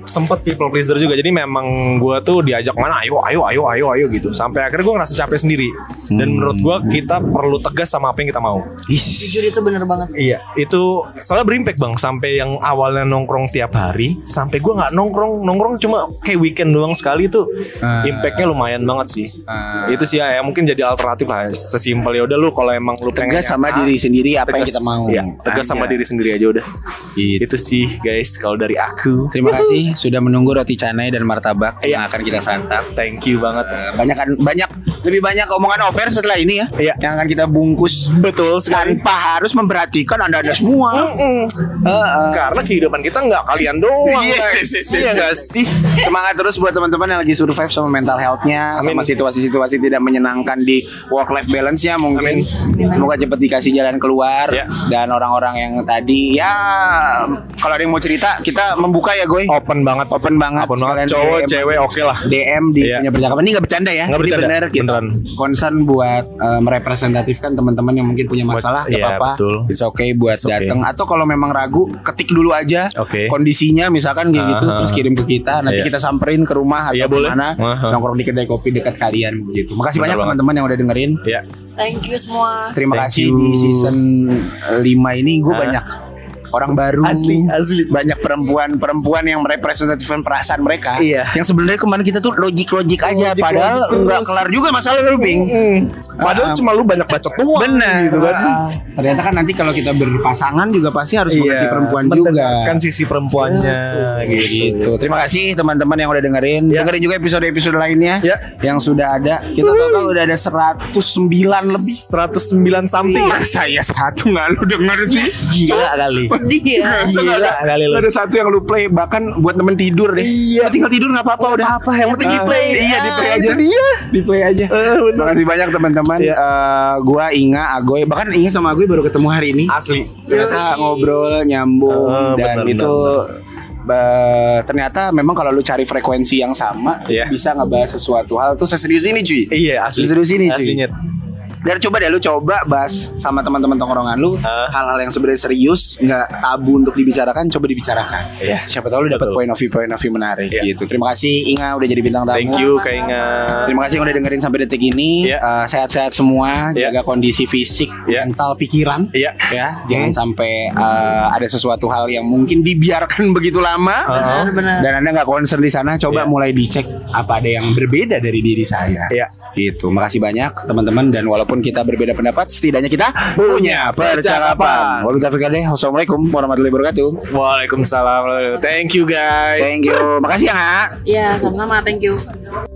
sempet people pleaser juga jadi memang gua tuh diajak mana ayo ayo ayo ayo ayo gitu sampai akhirnya gua ngerasa capek sendiri dan menurut gua kita perlu tegas sama apa yang kita mau jujur itu bener banget iya itu soalnya berimpact bang sampai yang awalnya nongkrong tiap hari sampai gua nggak nongkrong nongkrong cuma kayak weekend doang sekali itu Ah. impactnya lumayan banget sih Ah. itu sih ya, ya mungkin jadi alternatif lah sesimpel ya udah lu kalau emang lu pengen Tegas sama A, diri sendiri apa yang tegas- kita mau. iya, tegas sama Anjay. Gitu. diri sendiri aja udah itu sih guys kalau dari aku Iya. Terima kasih sudah menunggu roti canai dan martabak yang akan kita santap. Ah. Thank you banget. Banyak kan, banyak lebih banyak omongan over setelah ini ya. Iya. Yang akan kita bungkus Betul tanpa harus memperhatikan anda-anda semua. Karena kehidupan kita nggak kalian doang. Yes, guys. yes, yes, Iya yes. nggak sih? Semangat terus buat teman-teman yang lagi survive sama mental health-nya, Amin. sama situasi-situasi tidak menyenangkan di work life balance-nya mungkin. Semoga cepat dikasih jalan keluar Ya. dan orang-orang yang tadi ya kalau ada yang mau cerita kita membuka ya, Goy. Open banget. Open banget. Open Sekalian banget. Cowok, DM. cewek, oke lah. DM di Iya. punya percakapan ini nggak bercanda ya? Nggak Ini bercanda, bener kita beneran. concern buat eh, merepresentatifkan teman-teman yang mungkin punya Buat- masalah, nggak iya, apa-apa. betul. It's okay buat It's okay. datang. Atau kalau memang ragu, ketik dulu aja Oke. kondisinya, misalkan kayak gitu, Aha. terus kirim ke kita. Nanti Iya. kita samperin ke rumah atau Iya, boleh. kemana, Aha. nongkrong di kedai kopi dekat kalian gitu. Makasih banyak Bener banget. teman-teman yang udah dengerin. Ya. Thank you semua. Terima Thank kasih you. di season 5 ini gue Ah. banyak orang baru. Asli, asli. Banyak perempuan-perempuan yang merepresentatifkan perasaan mereka. Iya. Yang sebenarnya kemarin kita tuh logik-logik aja Logik-logik padahal terus. nggak kelar juga masalah lu Ping. Padahal Ah, cuma lu banyak bacot doang. Benar gitu kan. Iya, Ah, Ternyata kan nanti kalau kita berpasangan juga pasti harus mengerti perempuan juga. mendengarkan Kan sisi perempuannya gitu. Gitu. Terima kasih teman-teman yang udah dengerin. Ya. Dengerin juga episode-episode lainnya Ya. yang sudah ada. Kita total udah ada 109 lebih. 109 something ya? Masa ya satu nggak lu denger sih? Gila kali. Sedih ya. Masa Gila ada, kali lu. ada satu yang lu play bahkan buat temen tidur deh. Iya. Lu tinggal tidur nggak apa-apa udah. apa yang penting di-play. Ah, Iya di play Ah, aja. itu dia. Di play aja. Eh, bener. Terima kasih banyak teman-teman. Iya. Eh, gua Inga, Agoy, bahkan Inga sama Agoy baru ketemu hari ini. Asli. Ternyata Yoi. ngobrol nyambung Eh, dan bener, itu eh, ternyata memang kalau lu cari frekuensi yang sama Iya. bisa ngebahas sesuatu hal tuh seserius ini cuy. Iya, asli. Serius ini, cuy. Aslinya. Dan coba deh lu coba bahas sama teman-teman tongkrongan lu Hah? hal-hal yang sebenarnya serius, nggak tabu untuk dibicarakan, coba dibicarakan. Iya. Siapa tahu lu dapat Betul. point of view point of view menarik Iya. gitu. Terima kasih Inga udah jadi bintang tamu. Thank you Kak Inga. Terima kasih yang udah dengerin sampai detik ini. Iya. Eh, sehat-sehat semua, Iya. jaga kondisi fisik, Iya. mental, pikiran. Iya. Ya, jangan sampai eh, ada sesuatu hal yang mungkin dibiarkan begitu lama. Heeh. Benar-benar. Dan anda nggak concern di sana, coba Iya. mulai dicek apa ada yang berbeda dari diri saya. Iya. Gitu. Makasih banyak teman-teman dan walaupun kita berbeda pendapat, setidaknya kita punya percakapan. percakapan. Wabillahi taufiq wal hidayah. Wassalamualaikum warahmatullahi wabarakatuh. Waalaikumsalam. Thank you guys. Thank you. Makasih ya, Nga. Ya, Iya, sama-sama. Thank you.